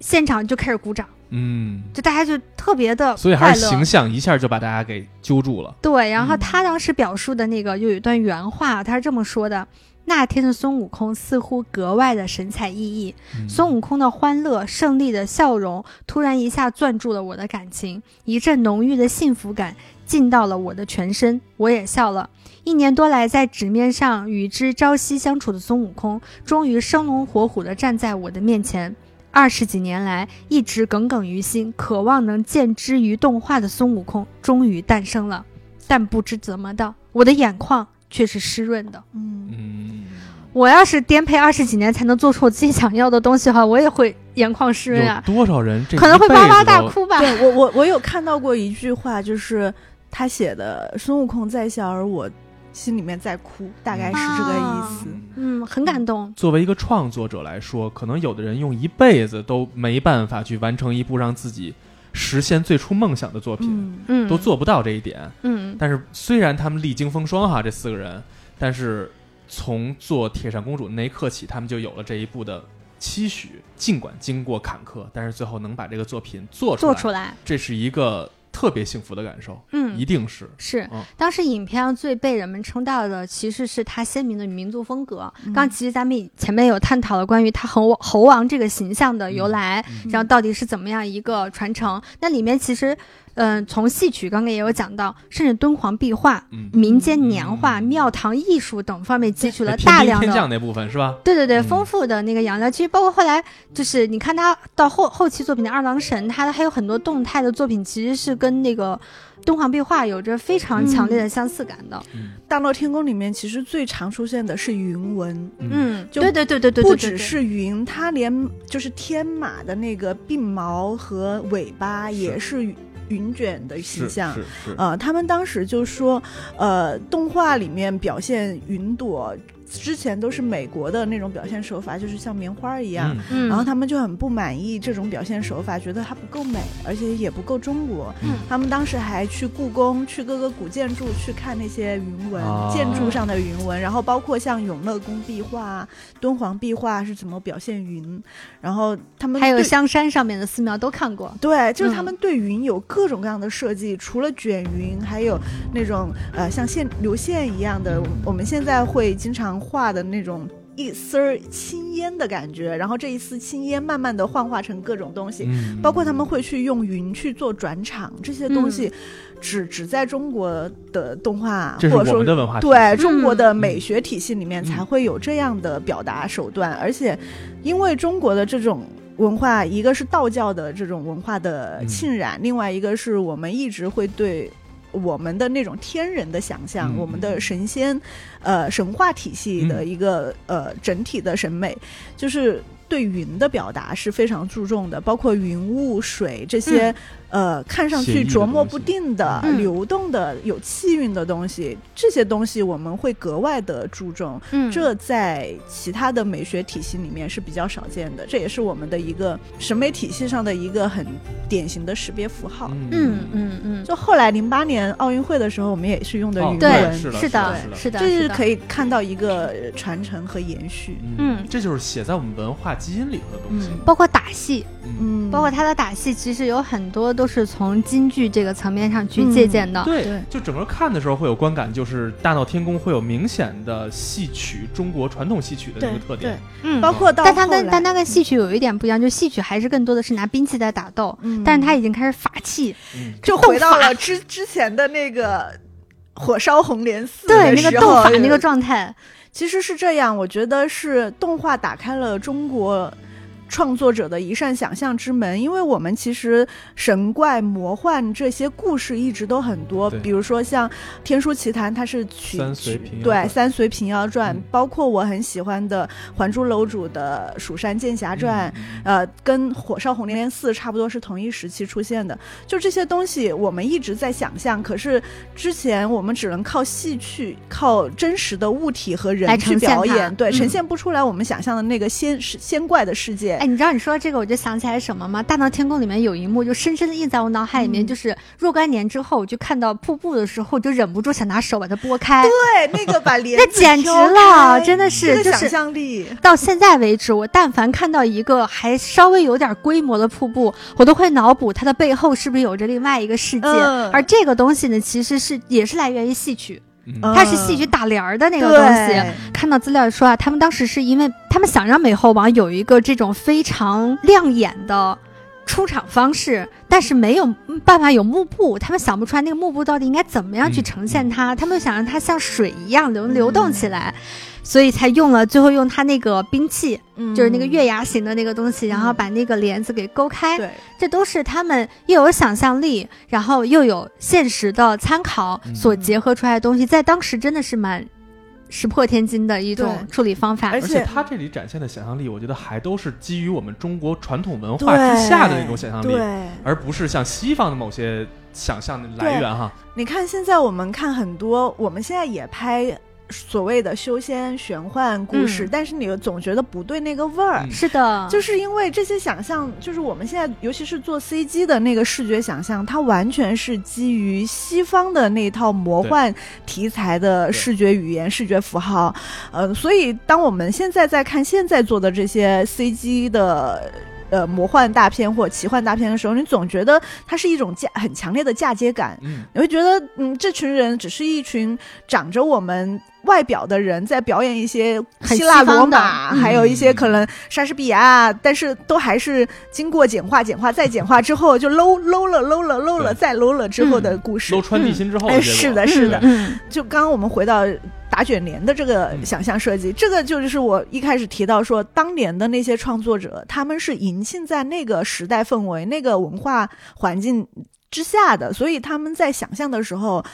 S1: 现场就开始鼓掌，
S2: 嗯，
S1: 就大家就特别的
S2: 所以还是
S1: 快乐
S2: 形象一下就把大家给揪住了，
S1: 对，然后
S2: 嗯
S1: 他当时表述的那个就有一段原话，他是这么说的：那天的孙悟空似乎格外的神采奕奕，
S2: 嗯
S1: 孙悟空的欢乐、胜利的笑容，突然一下攥住了我的感情，一阵浓郁的幸福感进到了我的全身，我也笑了。一年多来，在纸面上与之朝夕相处的孙悟空，终于生龙活虎地站在我的面前。二十几年来，一直耿耿于心，渴望能见之于动画的孙悟空，终于诞生了。但不知怎么的，我的眼眶却是湿润的。
S3: 嗯，
S2: 嗯，
S1: 我要是颠沛二十几年才能做出我自己想要的东西的话，我也会眼眶湿润
S2: 有
S1: 啊，
S2: 多少人这
S1: 可能会
S2: 一辈子
S1: 哇哇
S2: 都
S1: 大，哭吧。
S3: <laughs> 对我我我有看到过一句话，就是他写的“孙悟空在笑，而我心里面在哭”，大概是这个意思。
S2: 嗯
S1: 嗯，很感动。
S2: 作为一个创作者来说，可能有的人用一辈子都没办法去完成一部让自己实现最初梦想的作品，
S3: 嗯，
S1: 嗯，
S2: 都做不到这一点。
S1: 嗯，
S2: 但是虽然他们历经风霜哈，这四个人，但是从做铁扇公主那一刻起，他们就有了这一步的期许。尽管经过坎坷，但是最后能把这个作品做出来，
S1: 嗯做出来。
S2: 这是一个特别幸福的感受，一
S1: 嗯，
S2: 定是。
S1: 是
S2: 嗯。
S1: 当时影片上最被人们称道的，其实是它鲜明的民族风格。
S3: 嗯
S1: 刚其实咱们以前面有探讨了关于它猴猴王这个形象的由来，
S2: 嗯
S1: 然后到底是怎么样一个传承？那里面其实，嗯、从戏曲刚刚也有讲到，甚至敦煌壁画、
S2: 嗯，
S1: 民间年画、
S2: 嗯
S1: 庙堂艺术等方面汲取了
S2: 哎天
S1: 大
S2: 兵
S1: 量
S2: 天
S1: 的
S2: 降那部分是吧？
S1: 对对对，
S2: 嗯
S1: 丰富的那个养料，其实包括后来，就是你看他到后后期作品的《二郎神》，他的还有很多动态的作品，其实是跟那个敦煌壁画有着非常强烈的相似感的。
S2: 嗯
S3: 大闹天宫里面其实最常出现的是云纹，
S1: 嗯，
S3: 就
S1: 对对对对对，对对
S3: 不只
S1: 对
S3: 是云，它连就是天马的那个鬓毛和尾巴也是云卷的形
S2: 是
S3: 象。
S2: 是是，
S1: 哦
S3: 呃，他们当时就说，呃，动画里面表现云朵之前都是美国的那种表现手法，就是像棉花一样。
S2: 嗯
S1: 嗯，
S3: 然后他们就很不满意这种表现手法，觉得它不够美，而且也不够中国。
S1: 嗯
S3: 他们当时还去故宫、去各个古建筑去看那些云纹、
S2: 啊
S3: 建筑上的云纹，然后包括像永乐宫壁画、敦煌壁画是怎么表现云，然后他们
S1: 还有
S3: 对
S1: 香山上面的寺庙都看过。
S3: 对，就是他
S1: 嗯
S3: 们对云有各种各样的设计，除了卷云，还有那种呃像线流线一样的，我们现在会经常画的那种。一丝儿青烟的感觉，然后这一丝青烟慢慢的幻化成各种东西，
S2: 嗯
S3: 包括他们会去用云去做转场，这些东西只、只在中国的动画
S2: 嗯这是
S3: 或
S2: 我
S3: 者说
S2: 们的文化体
S3: 对
S1: 系
S3: 中国的
S2: 嗯
S3: 美学体系里面
S2: 嗯
S3: 才会有这样的表达手段，而且因为中国的这种。文化一个是道教的这种文化的
S2: 嗯
S3: 浸染，另外一个是我们一直会对我们的那种天人的想象，
S2: 嗯
S3: 我们的神仙，呃，神话体系的一个、呃整体的审美，就是对云的表达是非常注重的，包括云雾、水这些、呃看上
S2: 写嗯
S3: 去
S2: 意的
S3: 琢磨
S2: 东西
S3: 不定的、
S1: 嗯
S3: 流动的、有气韵的东西，这些东西我们会格外的注重，
S1: 嗯，
S3: 这在其他的美学体系里面是比较少见的，这也是我们的一个审美体系上的一个很典型的识别符号。
S1: 嗯嗯嗯，
S3: 就后来零八年奥运会的时候，我们也是用的
S2: 哦
S3: 云
S1: 对
S3: 纹，
S2: 是
S1: 是
S2: 的是的
S1: 是的，
S3: 这是可
S1: 以。
S3: 以看到一个传承和延续。
S1: 嗯
S2: 这就是写在我们文化基因里头的东西。
S1: 包括打戏，
S2: 嗯，
S3: 嗯，
S1: 包括他的打戏，其实有很多都是从京剧这个层面上去借鉴的。
S2: 对
S3: 对，
S2: 就整个看的时候会有观感，就是大闹天宫会有明显的戏曲中国传统戏曲的
S3: 对
S2: 那个特点。
S1: 嗯，
S3: 包括到
S1: 但它
S3: 后
S1: 跟
S3: 来
S1: 但它跟戏曲有一点不一样，就戏曲还是更多的是拿兵器在打斗，
S3: 嗯
S1: 但是它已经开始法器，
S2: 嗯，
S3: 就回到了之之前的那个火烧红莲寺
S1: 对那
S3: 的
S1: 个
S3: 时
S1: 斗
S3: 候
S1: 法那个状态，
S3: 其实是这样，我觉得是动画打开了中国。创作者的一扇想象之门，因为我们其实神怪、魔幻这些故事一直都很多，
S2: 对
S3: 比如说像《天书奇谭》，它是取
S2: 三随
S3: 取
S2: 平遥
S3: 对
S2: 传
S3: 《三随平遥传》
S2: 嗯
S3: 包括我很喜欢的《还珠楼主》的《蜀山剑侠传》
S2: 嗯
S3: 呃，跟《火烧红莲寺》差不多是同一时期出现的。就这些东西，我们一直在想象，可是之前我们只能靠戏剧、靠真实的物体和
S1: 来
S3: 人
S1: 呈现
S3: 去表
S1: 它
S3: 演，对，呈
S1: 嗯
S3: 现不出来我们想象的那个仙世仙怪的世界。
S1: 哎，你知道你说这个，我就想起来什么吗？《大闹天宫》里面有一幕就深深的印在我脑海里面，
S3: 嗯
S1: 就是若干年之后，我就看到瀑布的时候，就忍不住想拿手把它拨开，
S3: 对，那个把帘
S1: 那
S3: 子
S1: 简直
S3: 挑
S1: 了，
S3: 开
S1: 真的
S3: 这
S1: 是
S3: 个
S1: 就
S3: 想
S1: 是。
S3: 象力。
S1: 到现在为止，我但凡看到一个还稍微有点规模的瀑布，我都会脑补它的背后是不是有着另外一个世界。
S3: 嗯
S1: 而这个东西呢，其实是也是来源于戏曲，
S2: 嗯
S3: 嗯
S1: 它是戏曲打联儿的那个东西。
S3: 对
S1: 看到资料说啊，他们当时是因为他们想让美猴王有一个这种非常亮眼的出场方式，但是没有嗯办法有幕布，他们想不出来那个幕布到底应该怎么样去呈现它，他们想让它像水一样流流动
S3: 嗯
S1: 起来，所以才用了最后用它那个兵器，
S3: 嗯
S1: 就是那个月牙形的那个东西，然后把那个帘子给勾开，
S3: 对，
S1: 这都是他们又有想象力，然后又有现实的参考
S2: 嗯
S1: 所结合出来的东西，在当时真的是蛮石破天惊的一种
S3: 对
S1: 处理方法
S3: 而。
S2: 而
S3: 且
S2: 且他这里展现的想象力，我觉得还都是基于我们中国传统文化之下的那种想象力，
S3: 对。
S2: 而不是像西方的某些想象的来源哈。
S3: 你看，现在我们看很多，我们现在也拍所谓的修仙玄幻故事，
S1: 嗯
S3: 但是你又总觉得不对那个味儿。
S2: 嗯
S1: 是的，
S3: 就是是因为这些想象，就是我们现在，尤其是做 CG 的那个视觉想象，它完全是基于西方的那套魔幻题材的视觉语言、视觉符号。呃，所以当我们现在在看现在做的这些 CG 的。呃，魔幻大片或奇幻大片的时候，你总觉得它是一种嫁很强烈的嫁接感，
S2: 嗯，
S3: 你会觉得，嗯，这群人只是一群长着我们外表的人在表演一些
S1: 很
S3: 希腊
S1: 西方
S3: 罗
S1: 的
S3: 马，
S2: 嗯
S3: 还有一些可能莎士比亚，啊但是都还是经过简化、简化再简化之后，就 low low 了 low 了 low 了
S2: 对
S3: 再 low 了之后的故事
S2: 楼。穿地心之后
S3: 哎，
S2: 的结果，
S3: 是的，是的。
S1: 嗯
S3: 就刚刚我们回到打卷帘的这个想象设计，这个就是我一开始提到说，当年的那些创作者，他们是银杏在那个时代氛围、那个文化环境之下的，所以他们在想象的时候。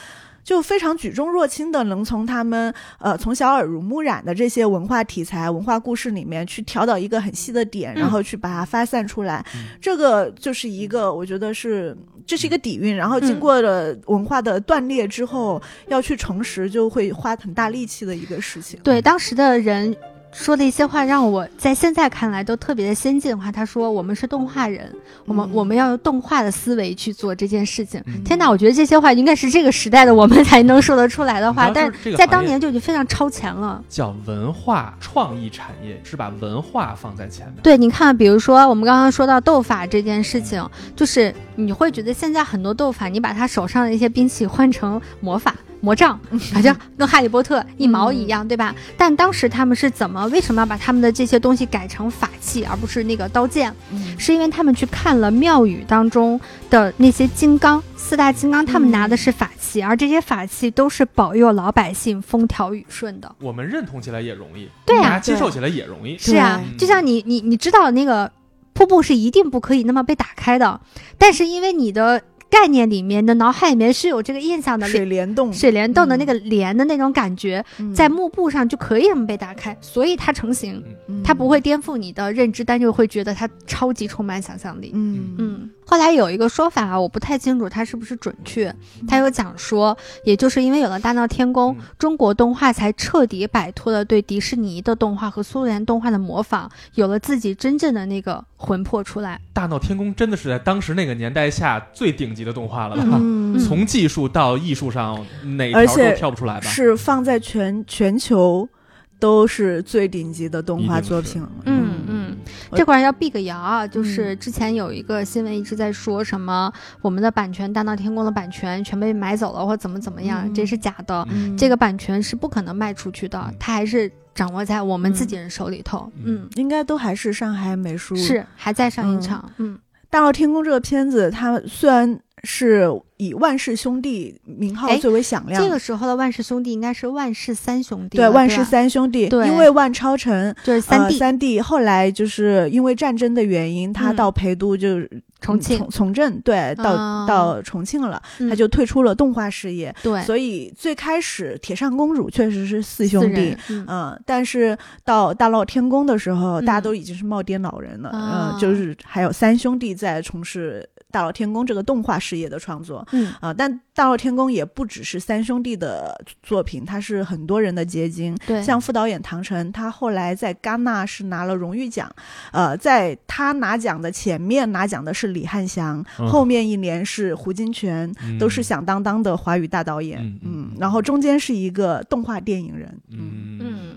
S3: 就非常举重若轻的，能从他们呃从小耳濡目染的这些文化题材、文化故事里面去挑到一个很细的点，
S1: 嗯
S3: 然后去把它发散出来。
S2: 嗯
S3: 这个就是一个，我觉得是这
S1: 嗯
S3: 是一个底蕴，然后经过了文化的断裂之后，要去重拾，就会花很大力气的一个事情。
S1: 对，当时的人说的一些话，让我在现在看来都特别的先进的话。他说：“我们是动画人，我们、
S3: 嗯
S1: 我们要用动画的思维去做这件事情。
S2: 嗯
S1: 天哪，我觉得这些话应该是这个时代的我们才能说得出来的话，
S2: 你知道
S1: 但
S2: 就是这个
S1: 在
S2: 行
S1: 当
S2: 业
S1: 年就已经非常超前了。
S2: 叫文化创意产业，是把文化放在前面。
S1: 对，你看，比如说我们刚刚说到斗法这件事情，就是你会觉得现在很多斗法，你把他手上的一些兵器换成魔法、魔杖，好像跟哈利波特一毛一样，对吧？但当时他们是怎么，为什么要把他们的这些东西改成法器，而不是那个刀剑？
S3: 嗯
S1: 是因为他们去看了庙宇当中的那些金刚，四大金刚，他们拿的是法器，而这些法器都是保佑老百姓风调雨顺的。
S2: 我们认同起来也容易，
S1: 对啊
S2: 大家接
S3: 对
S2: 受起来也容易。
S1: 是啊
S2: 对，
S1: 就像你你你知道那个瀑布是一定不可以那么被打开的，但是因为你的概念里面你的脑海里面是有这个印象的
S3: 水
S1: 水嗯
S3: 帘洞
S1: 水帘洞的那
S3: 嗯
S1: 个帘的那种感觉，在幕布上就可以这么被打开，所以它成型，
S3: 嗯
S1: 它不会，颠覆你的认知，但就会觉得它超级充满想象力。
S3: 嗯嗯
S1: 嗯，后来有一个说法啊，我不太清楚它是不是准确。嗯它有讲说，也就是因为有了《大闹天宫》
S2: 嗯
S1: 中国动画才彻底摆脱了对迪士尼的动画和苏联动画的模仿，有了自己真正的那个魂魄出来。
S2: 大闹天宫》真的是在当时那个年代下最顶级的动画了吧？
S3: 嗯
S2: 从技术到艺术上，哪条
S3: 而且
S2: 都跳不出来吧？
S3: 是放在全全球都是最顶级的动画作品了。
S1: 嗯嗯，这块儿要避个谣啊，就是
S3: 嗯
S1: 之前有一个新闻一直在说什么我们的版权《大闹天宫》的版权全被买走了，或怎么怎么样，
S3: 嗯
S1: 这是假的。
S2: 嗯
S1: 这个版权是不可能卖出去的
S2: 嗯，
S1: 它还是掌握在我们自己人手里头。
S2: 嗯
S1: 嗯
S3: 应该都还是上海美术
S1: 是还在上
S3: 嗯
S1: 映场，嗯，
S3: 《大闹天宫》这个片子，它虽然是以万氏兄弟名号
S1: 哎
S3: 最为响亮，
S1: 这个时候的万氏兄弟应该是万氏三兄弟
S3: 对
S1: 了，
S3: 万
S1: 吧
S3: 氏三兄弟，
S1: 对
S3: 因为万超城
S1: 就是三
S3: 呃、
S1: 弟
S3: 三弟后来就是因为战争的原因，他
S1: 嗯
S3: 到陪都就是嗯
S1: 重庆
S3: 从从政，对，到、
S1: 啊
S3: 到重庆了，
S1: 嗯
S3: 他就退出了动画事业。
S1: 对
S3: 所以最开始铁扇公主确实是四
S1: 四
S3: 兄弟
S1: 人。，嗯
S3: 嗯，但是到大闹天宫的时候，
S1: 嗯
S3: 大家都已经是耄耋老人了，
S1: 啊
S3: 嗯，就是还有三兄弟在从事大闹天宫这个动画事业的创作，
S1: 嗯
S3: 啊、但《大闹天宫》也不只是三兄弟的作品，它是很多人的结晶。
S1: 对
S3: 像副导演唐晨，他后来在戛纳是拿了荣誉奖，呃，在他拿奖的前面拿奖的是李汉祥，
S2: 嗯
S3: 后面一年是胡金铨，都是响当当的华语大导演。
S2: 嗯嗯
S3: 然后中间是一个动画电影人。
S2: 嗯嗯。
S1: 嗯，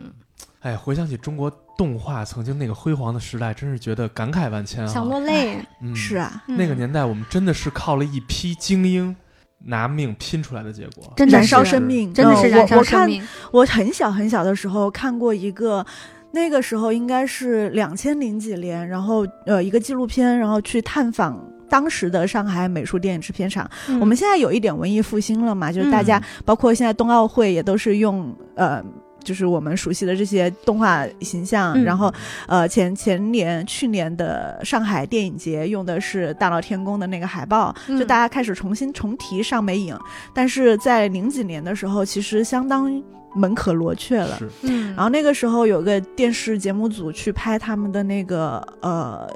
S2: 哎，回想起中国动画曾经那个辉煌的时代，真是觉得感慨万千啊！
S1: 想落泪，
S2: 嗯
S3: 是啊，
S1: 嗯
S2: 那个年代，我们真的是靠了一批精英拿命拼出来的结果。
S1: 真的
S3: 燃烧
S1: 是啊
S3: 生命，
S1: 真的是
S3: 嗯
S1: 燃
S3: 我
S1: 烧
S3: 我
S1: 生
S3: 看
S1: 命，
S3: 我很小很小的时候看过一个，那个时候应该是两千零几年，然后呃一个纪录片，然后去探访。当时的上海美术电影制片厂，
S1: 嗯
S3: 我们现在有一点文艺复兴了嘛，就是大家、
S2: 嗯
S3: 包括现在冬奥会也都是用呃，就是我们熟悉的这些动画形象，
S1: 嗯
S3: 然后呃前前年去年的上海电影节用的是大闹天宫的那个海报，
S1: 嗯
S3: 就大家开始重新重提上美影，但是在零几年的时候，其实相当门可罗雀了。
S2: 是，
S1: 嗯，
S3: 然后那个时候有个电视节目组去拍他们的那个呃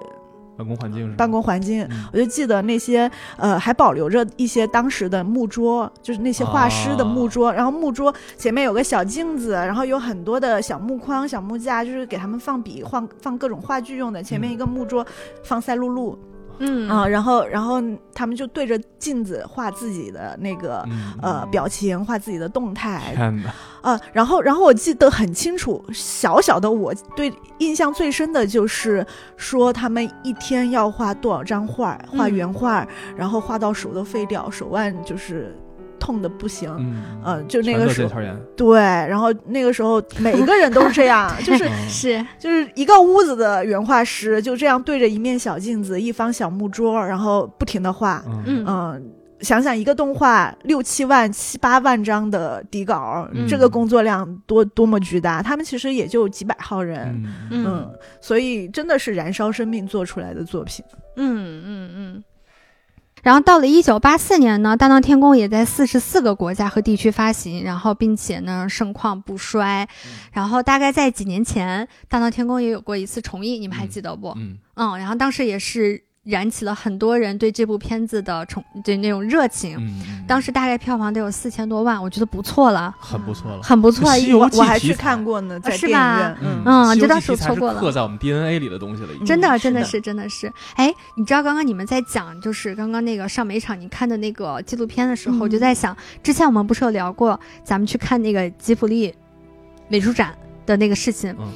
S2: 办公环境是吗
S3: 办公环境，
S2: 嗯
S3: 我就记得那些呃还保留着一些当时的木桌，就是那些画师的木桌，然后木桌前面有个小镜子，然后有很多的小木框、小木架，就是给他们放笔、放放各种话剧用的。前面一个木桌放赛璐璐
S1: 嗯
S3: 啊，然后然后他们就对着镜子画自己的那个。
S2: 嗯
S3: 呃，表情画自己的动态，
S2: 天哪，
S3: 啊，然后，然后我记得很清楚，小小的我对印象最深的就是说他们一天要画多少张画儿，画
S1: 嗯
S3: 原画儿，然后画到手都废掉，手腕就是痛的不行。
S2: 嗯，
S3: 呃，就那
S2: 全
S3: 个
S2: 得
S3: 时
S2: 腱
S3: 候，
S2: 鞘炎，
S3: 对，然后那个时候每一个人都是这样，就是
S2: <laughs> 嗯
S1: 是
S3: 就是一个屋子的原画师就这样对着一面小镜子，一方小木桌，然后不停的画。
S2: 嗯
S1: 嗯
S3: 嗯、想想一个动画六七万、七八万张的底稿，
S1: 嗯
S3: 这个工作量多多么巨大！他们其实也就几百号人，
S2: 嗯
S1: 嗯
S3: 所以真的是燃烧生命做出来的作品。
S1: 嗯嗯嗯。然后到了一九八四年呢，《大闹天宫》也在四十四个国家和地区发行，然后并且呢盛况不衰。
S2: 嗯
S1: 然后大概在几年前，《大闹天宫》也有过一次重映，你们还记得不？
S2: 嗯
S1: 嗯，然后当时也是燃起了很多人对这部片子的崇，对那种热情。
S2: 嗯，
S1: 当
S2: 时
S1: 时大概票房得有四千多万，我觉得不错了，
S2: 很不错了。
S1: 很不错。
S2: 西游
S1: 我
S2: 记
S3: 啊我还
S2: 题
S3: 去
S2: 材
S3: 看过呢，在
S1: 啊是
S3: 电影
S1: 吧
S3: 院。嗯
S1: 嗯
S2: 西游
S1: 这倒
S2: 记
S1: 是
S2: 题材
S1: 错过了
S2: 刻在我们 DNA 里的东西了，已经。
S1: 真
S3: 嗯
S1: 的，
S3: 是
S1: 真的
S3: 的
S1: 是，真的是。哎，你知道刚刚你们在讲，就是刚刚那个上美场你看的那个纪录片的时候，我就
S3: 嗯
S1: 在想，之前我们不是有聊过咱们去看那个吉卜力美术展的那个事情？
S2: 嗯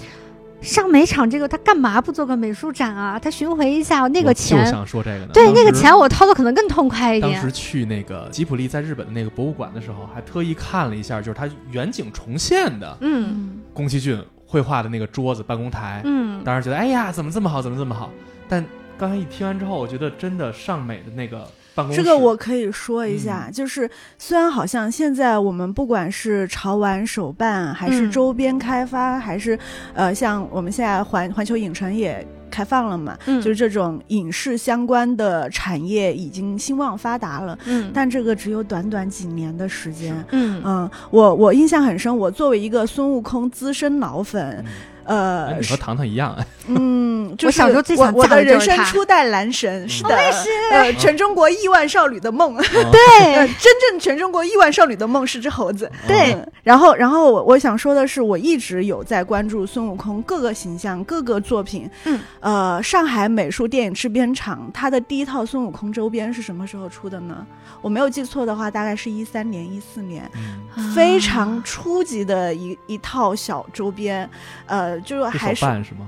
S1: 上美场这个他干嘛不做个美术展啊？他巡回一下那
S2: 我
S1: 个
S2: 就
S1: 钱，
S2: 想说这个呢。
S1: 对
S2: 当
S1: 那个
S2: 时
S1: 钱我掏的可能更痛快一
S2: 当
S1: 点
S2: 时。去那个吉普力在日本的那个博物馆的时候，还特意看了一下，就是他远景重现的
S1: 嗯
S3: 嗯
S2: 宫崎骏绘画的那个桌子办公台，
S1: 嗯，
S2: 当时觉得哎呀，怎么这么好，怎么这么好。但刚才一听完之后，我觉得真的上美的那个办公室，
S3: 这个我可以说一
S1: 嗯
S3: 下，就是虽然好像现在我们不管是潮玩手办，还是
S1: 嗯
S3: 周边开发，还是呃，像我们现在环环球影城也开放了嘛，
S1: 嗯
S3: 就是这种影视相关的产业已经兴旺发达了，
S1: 嗯，
S3: 但这个只有短短几年的时间。
S1: 嗯
S3: 嗯，我我印象很深，我作为一个孙悟空资深老粉，
S2: 哎
S3: 呃
S2: 你，和糖糖一样，
S3: <laughs>
S2: 哎
S3: 嗯，
S1: 嗯
S3: 就是
S1: 我小时候最想
S3: 我我
S1: 嫁
S3: 的
S1: 的
S3: 人
S1: 就是
S3: 生
S1: 他嗯
S3: 初代男神，是的，
S1: 我也是
S3: 呃，全中国亿万少女的梦，呃，
S1: 对，
S3: 真正全中国亿万少女的梦是只猴子。
S1: 对
S3: 嗯然后，然后我我想说的是，我一直有在关注孙悟空各个形象、各个作品。
S1: 嗯，
S3: 呃，上海美术电影制片厂它的第一套孙悟空周边是什么时候出的呢？我没有记错的话，大概是一三年、一四年。
S2: 嗯
S1: 啊
S3: 非常初级的一一套小周边，呃，就是
S2: 这
S3: 还
S2: 手
S3: 是
S2: 办是吗？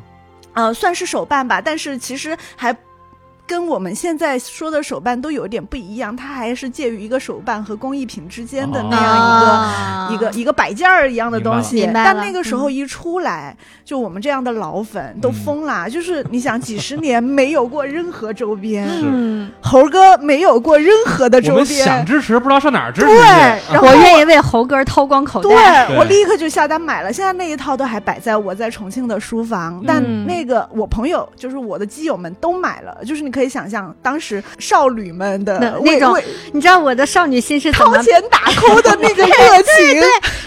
S3: 呃，算是手办吧，但是其实还跟我们现在说的手办都有点不一样，它还是介于一个手办和工艺品之间的那样一个。
S1: 啊
S2: 哦
S3: 一个一个摆件儿一样的东西，
S1: 明白了嗯
S3: 但那个时候一出来，就我们这样的老粉
S2: 嗯
S3: 都疯啦！就是你想，几十年没有过任何周边，
S2: 是
S1: 嗯，
S3: 猴哥没有过任何的
S2: 我
S3: 周
S2: 们想
S3: 边，
S2: 支持，不知道上哪儿支持去。
S3: 对
S2: 啊
S3: 然后
S1: 我愿意为猴哥掏光口
S3: 对
S1: 袋。
S2: 对
S3: 我立刻就下单买了。现在那一套都还摆在我在重庆的书房，但
S1: 嗯
S3: 那个我朋友就是我的基友们都买了，就是你可以想象当时少女们的
S1: 那
S3: 为
S1: 那种
S3: 为
S1: 你知道我的少女心是怎么
S3: 掏钱打 call 的那个热情。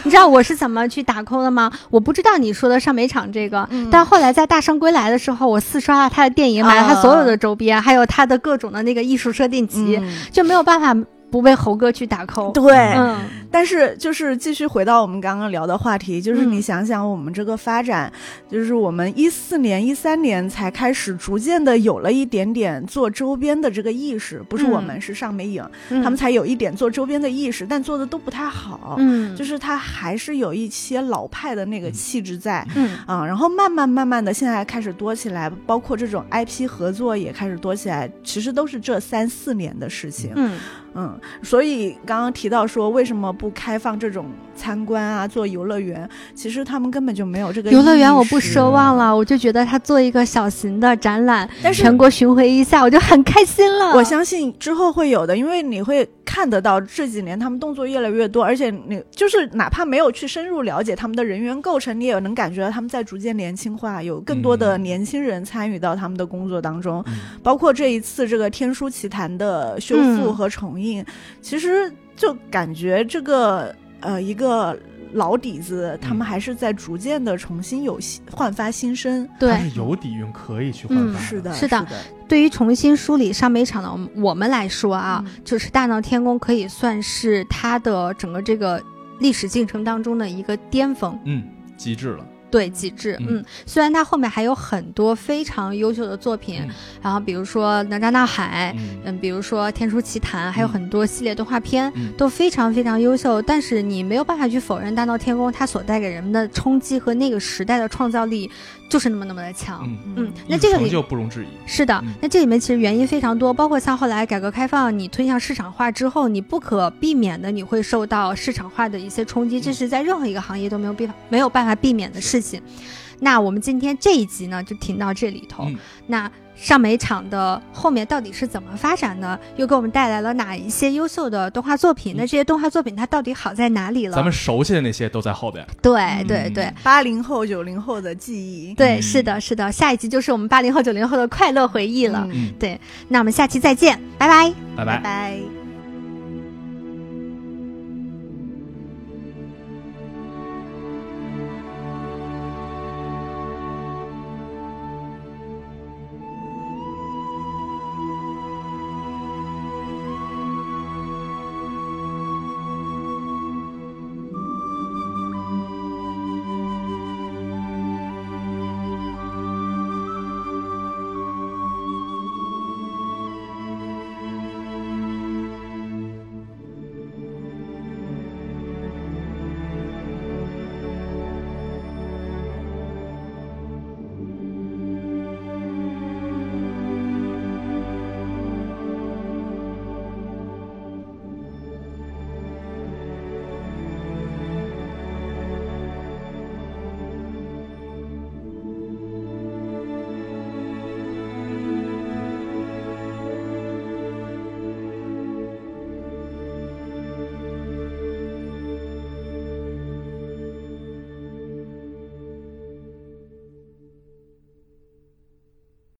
S1: 你知道我是怎么去打扣的吗？我不知道你说的上美场这个，
S3: 嗯
S1: 但后来在《大圣归来》的时候，我四刷了他的电影，买了他所有
S3: 啊
S1: 的周边，还有他的各种的那个艺术设定集，就没有办法不被猴哥去打扣。
S3: 嗯对，
S1: 嗯
S3: 但是就是继续回到我们刚刚聊的话题，就是
S1: 嗯
S3: 你想想我们这个发展，就是我们一四年、一三年才开始逐渐的有了一点点做周边的这个意识，不是我们、
S1: 嗯
S3: 是上美影，
S1: 嗯
S3: 他们才有一点做周边的意识，但做的都不太好。
S1: 嗯
S3: 就是是它还是有一些老派的那个气质在。
S1: 嗯
S3: 啊、然后慢慢慢慢的，现在开始多起来，包括这种 IP 合作也开始多起来，其实都是这三四年的事情。
S1: 嗯
S3: 嗯，所以刚刚提到说为什么不开放这种参观啊，做游乐园，其实他们根本就没有这个
S1: 游乐园我不
S3: 意识
S1: 奢望了，我就觉得他做一个小型的展览，
S3: 但是
S1: 全国巡回一下，我就很开心了。
S3: 我相信之后会有的，因为你会看得到这几年他们动作越来越多，而且你就是哪怕没有去深入了解他们的人员构成，你也能感觉到他们在逐渐年轻化，有更多的
S2: 嗯
S3: 年轻人参与到他们的工作当中，
S2: 嗯
S3: 包括这一次这个《天书奇谭》的修复
S1: 嗯
S3: 和重映，其实就感觉这个呃一个。老底子，他们还是在逐渐的重新有新焕发新生。
S1: 对
S2: 它是有底蕴可以去换
S1: 嗯
S2: 发。
S3: 是的，
S1: 是的
S3: 的，
S1: 对于重新梳理上美场的我们我们来说啊，
S3: 嗯
S1: 就是大闹天宫可以算是它的整个这个历史进程当中的一个巅峰。
S2: 嗯，极致了。
S1: 对极致。
S2: 嗯
S1: 嗯，虽然他后面还有很多非常优秀的作品，
S2: 嗯
S1: 然后比如说《哪吒闹海》，
S2: 嗯
S1: 嗯，比如说《天书奇谭》，还有
S2: 嗯
S1: 很多系列动画片。
S2: 嗯
S1: 都非常非常优秀，但是你没有办法去否认《大闹天宫》它所带给人们的冲击和那个时代的创造力就是那么那么的强。
S2: 嗯，
S1: 嗯，
S2: 艺
S1: 那
S2: 术
S1: 这个
S2: 成
S1: 里
S2: 就不容置疑。
S1: 是的
S2: 嗯，
S1: 那这里面其实原因非常多，包括像后来改革开放，你推向市场化之后，你不可避免的你会受到市场化的一些冲击，
S2: 嗯
S1: 这是在任何一个行业都没有避没有办法避免的事情。那我们今天这一集呢，就停到这里头。
S2: 嗯
S1: 那上美场的后面到底是怎么发展的？又给我们带来了哪一些优秀的动画作品？
S2: 嗯
S1: 那这些动画作品它到底好在哪里了？
S2: 咱们熟悉的那些都在后边。
S1: 对对对。
S2: 嗯
S3: 八零后、九零后的记忆。
S1: 对，
S2: 嗯
S1: 是的，是的，下一集就是我们八零后、九零后的快乐回忆了。
S3: 嗯
S2: 嗯，
S1: 那我们下期再见，拜拜。
S2: 拜
S3: 拜
S2: 拜。
S3: 拜。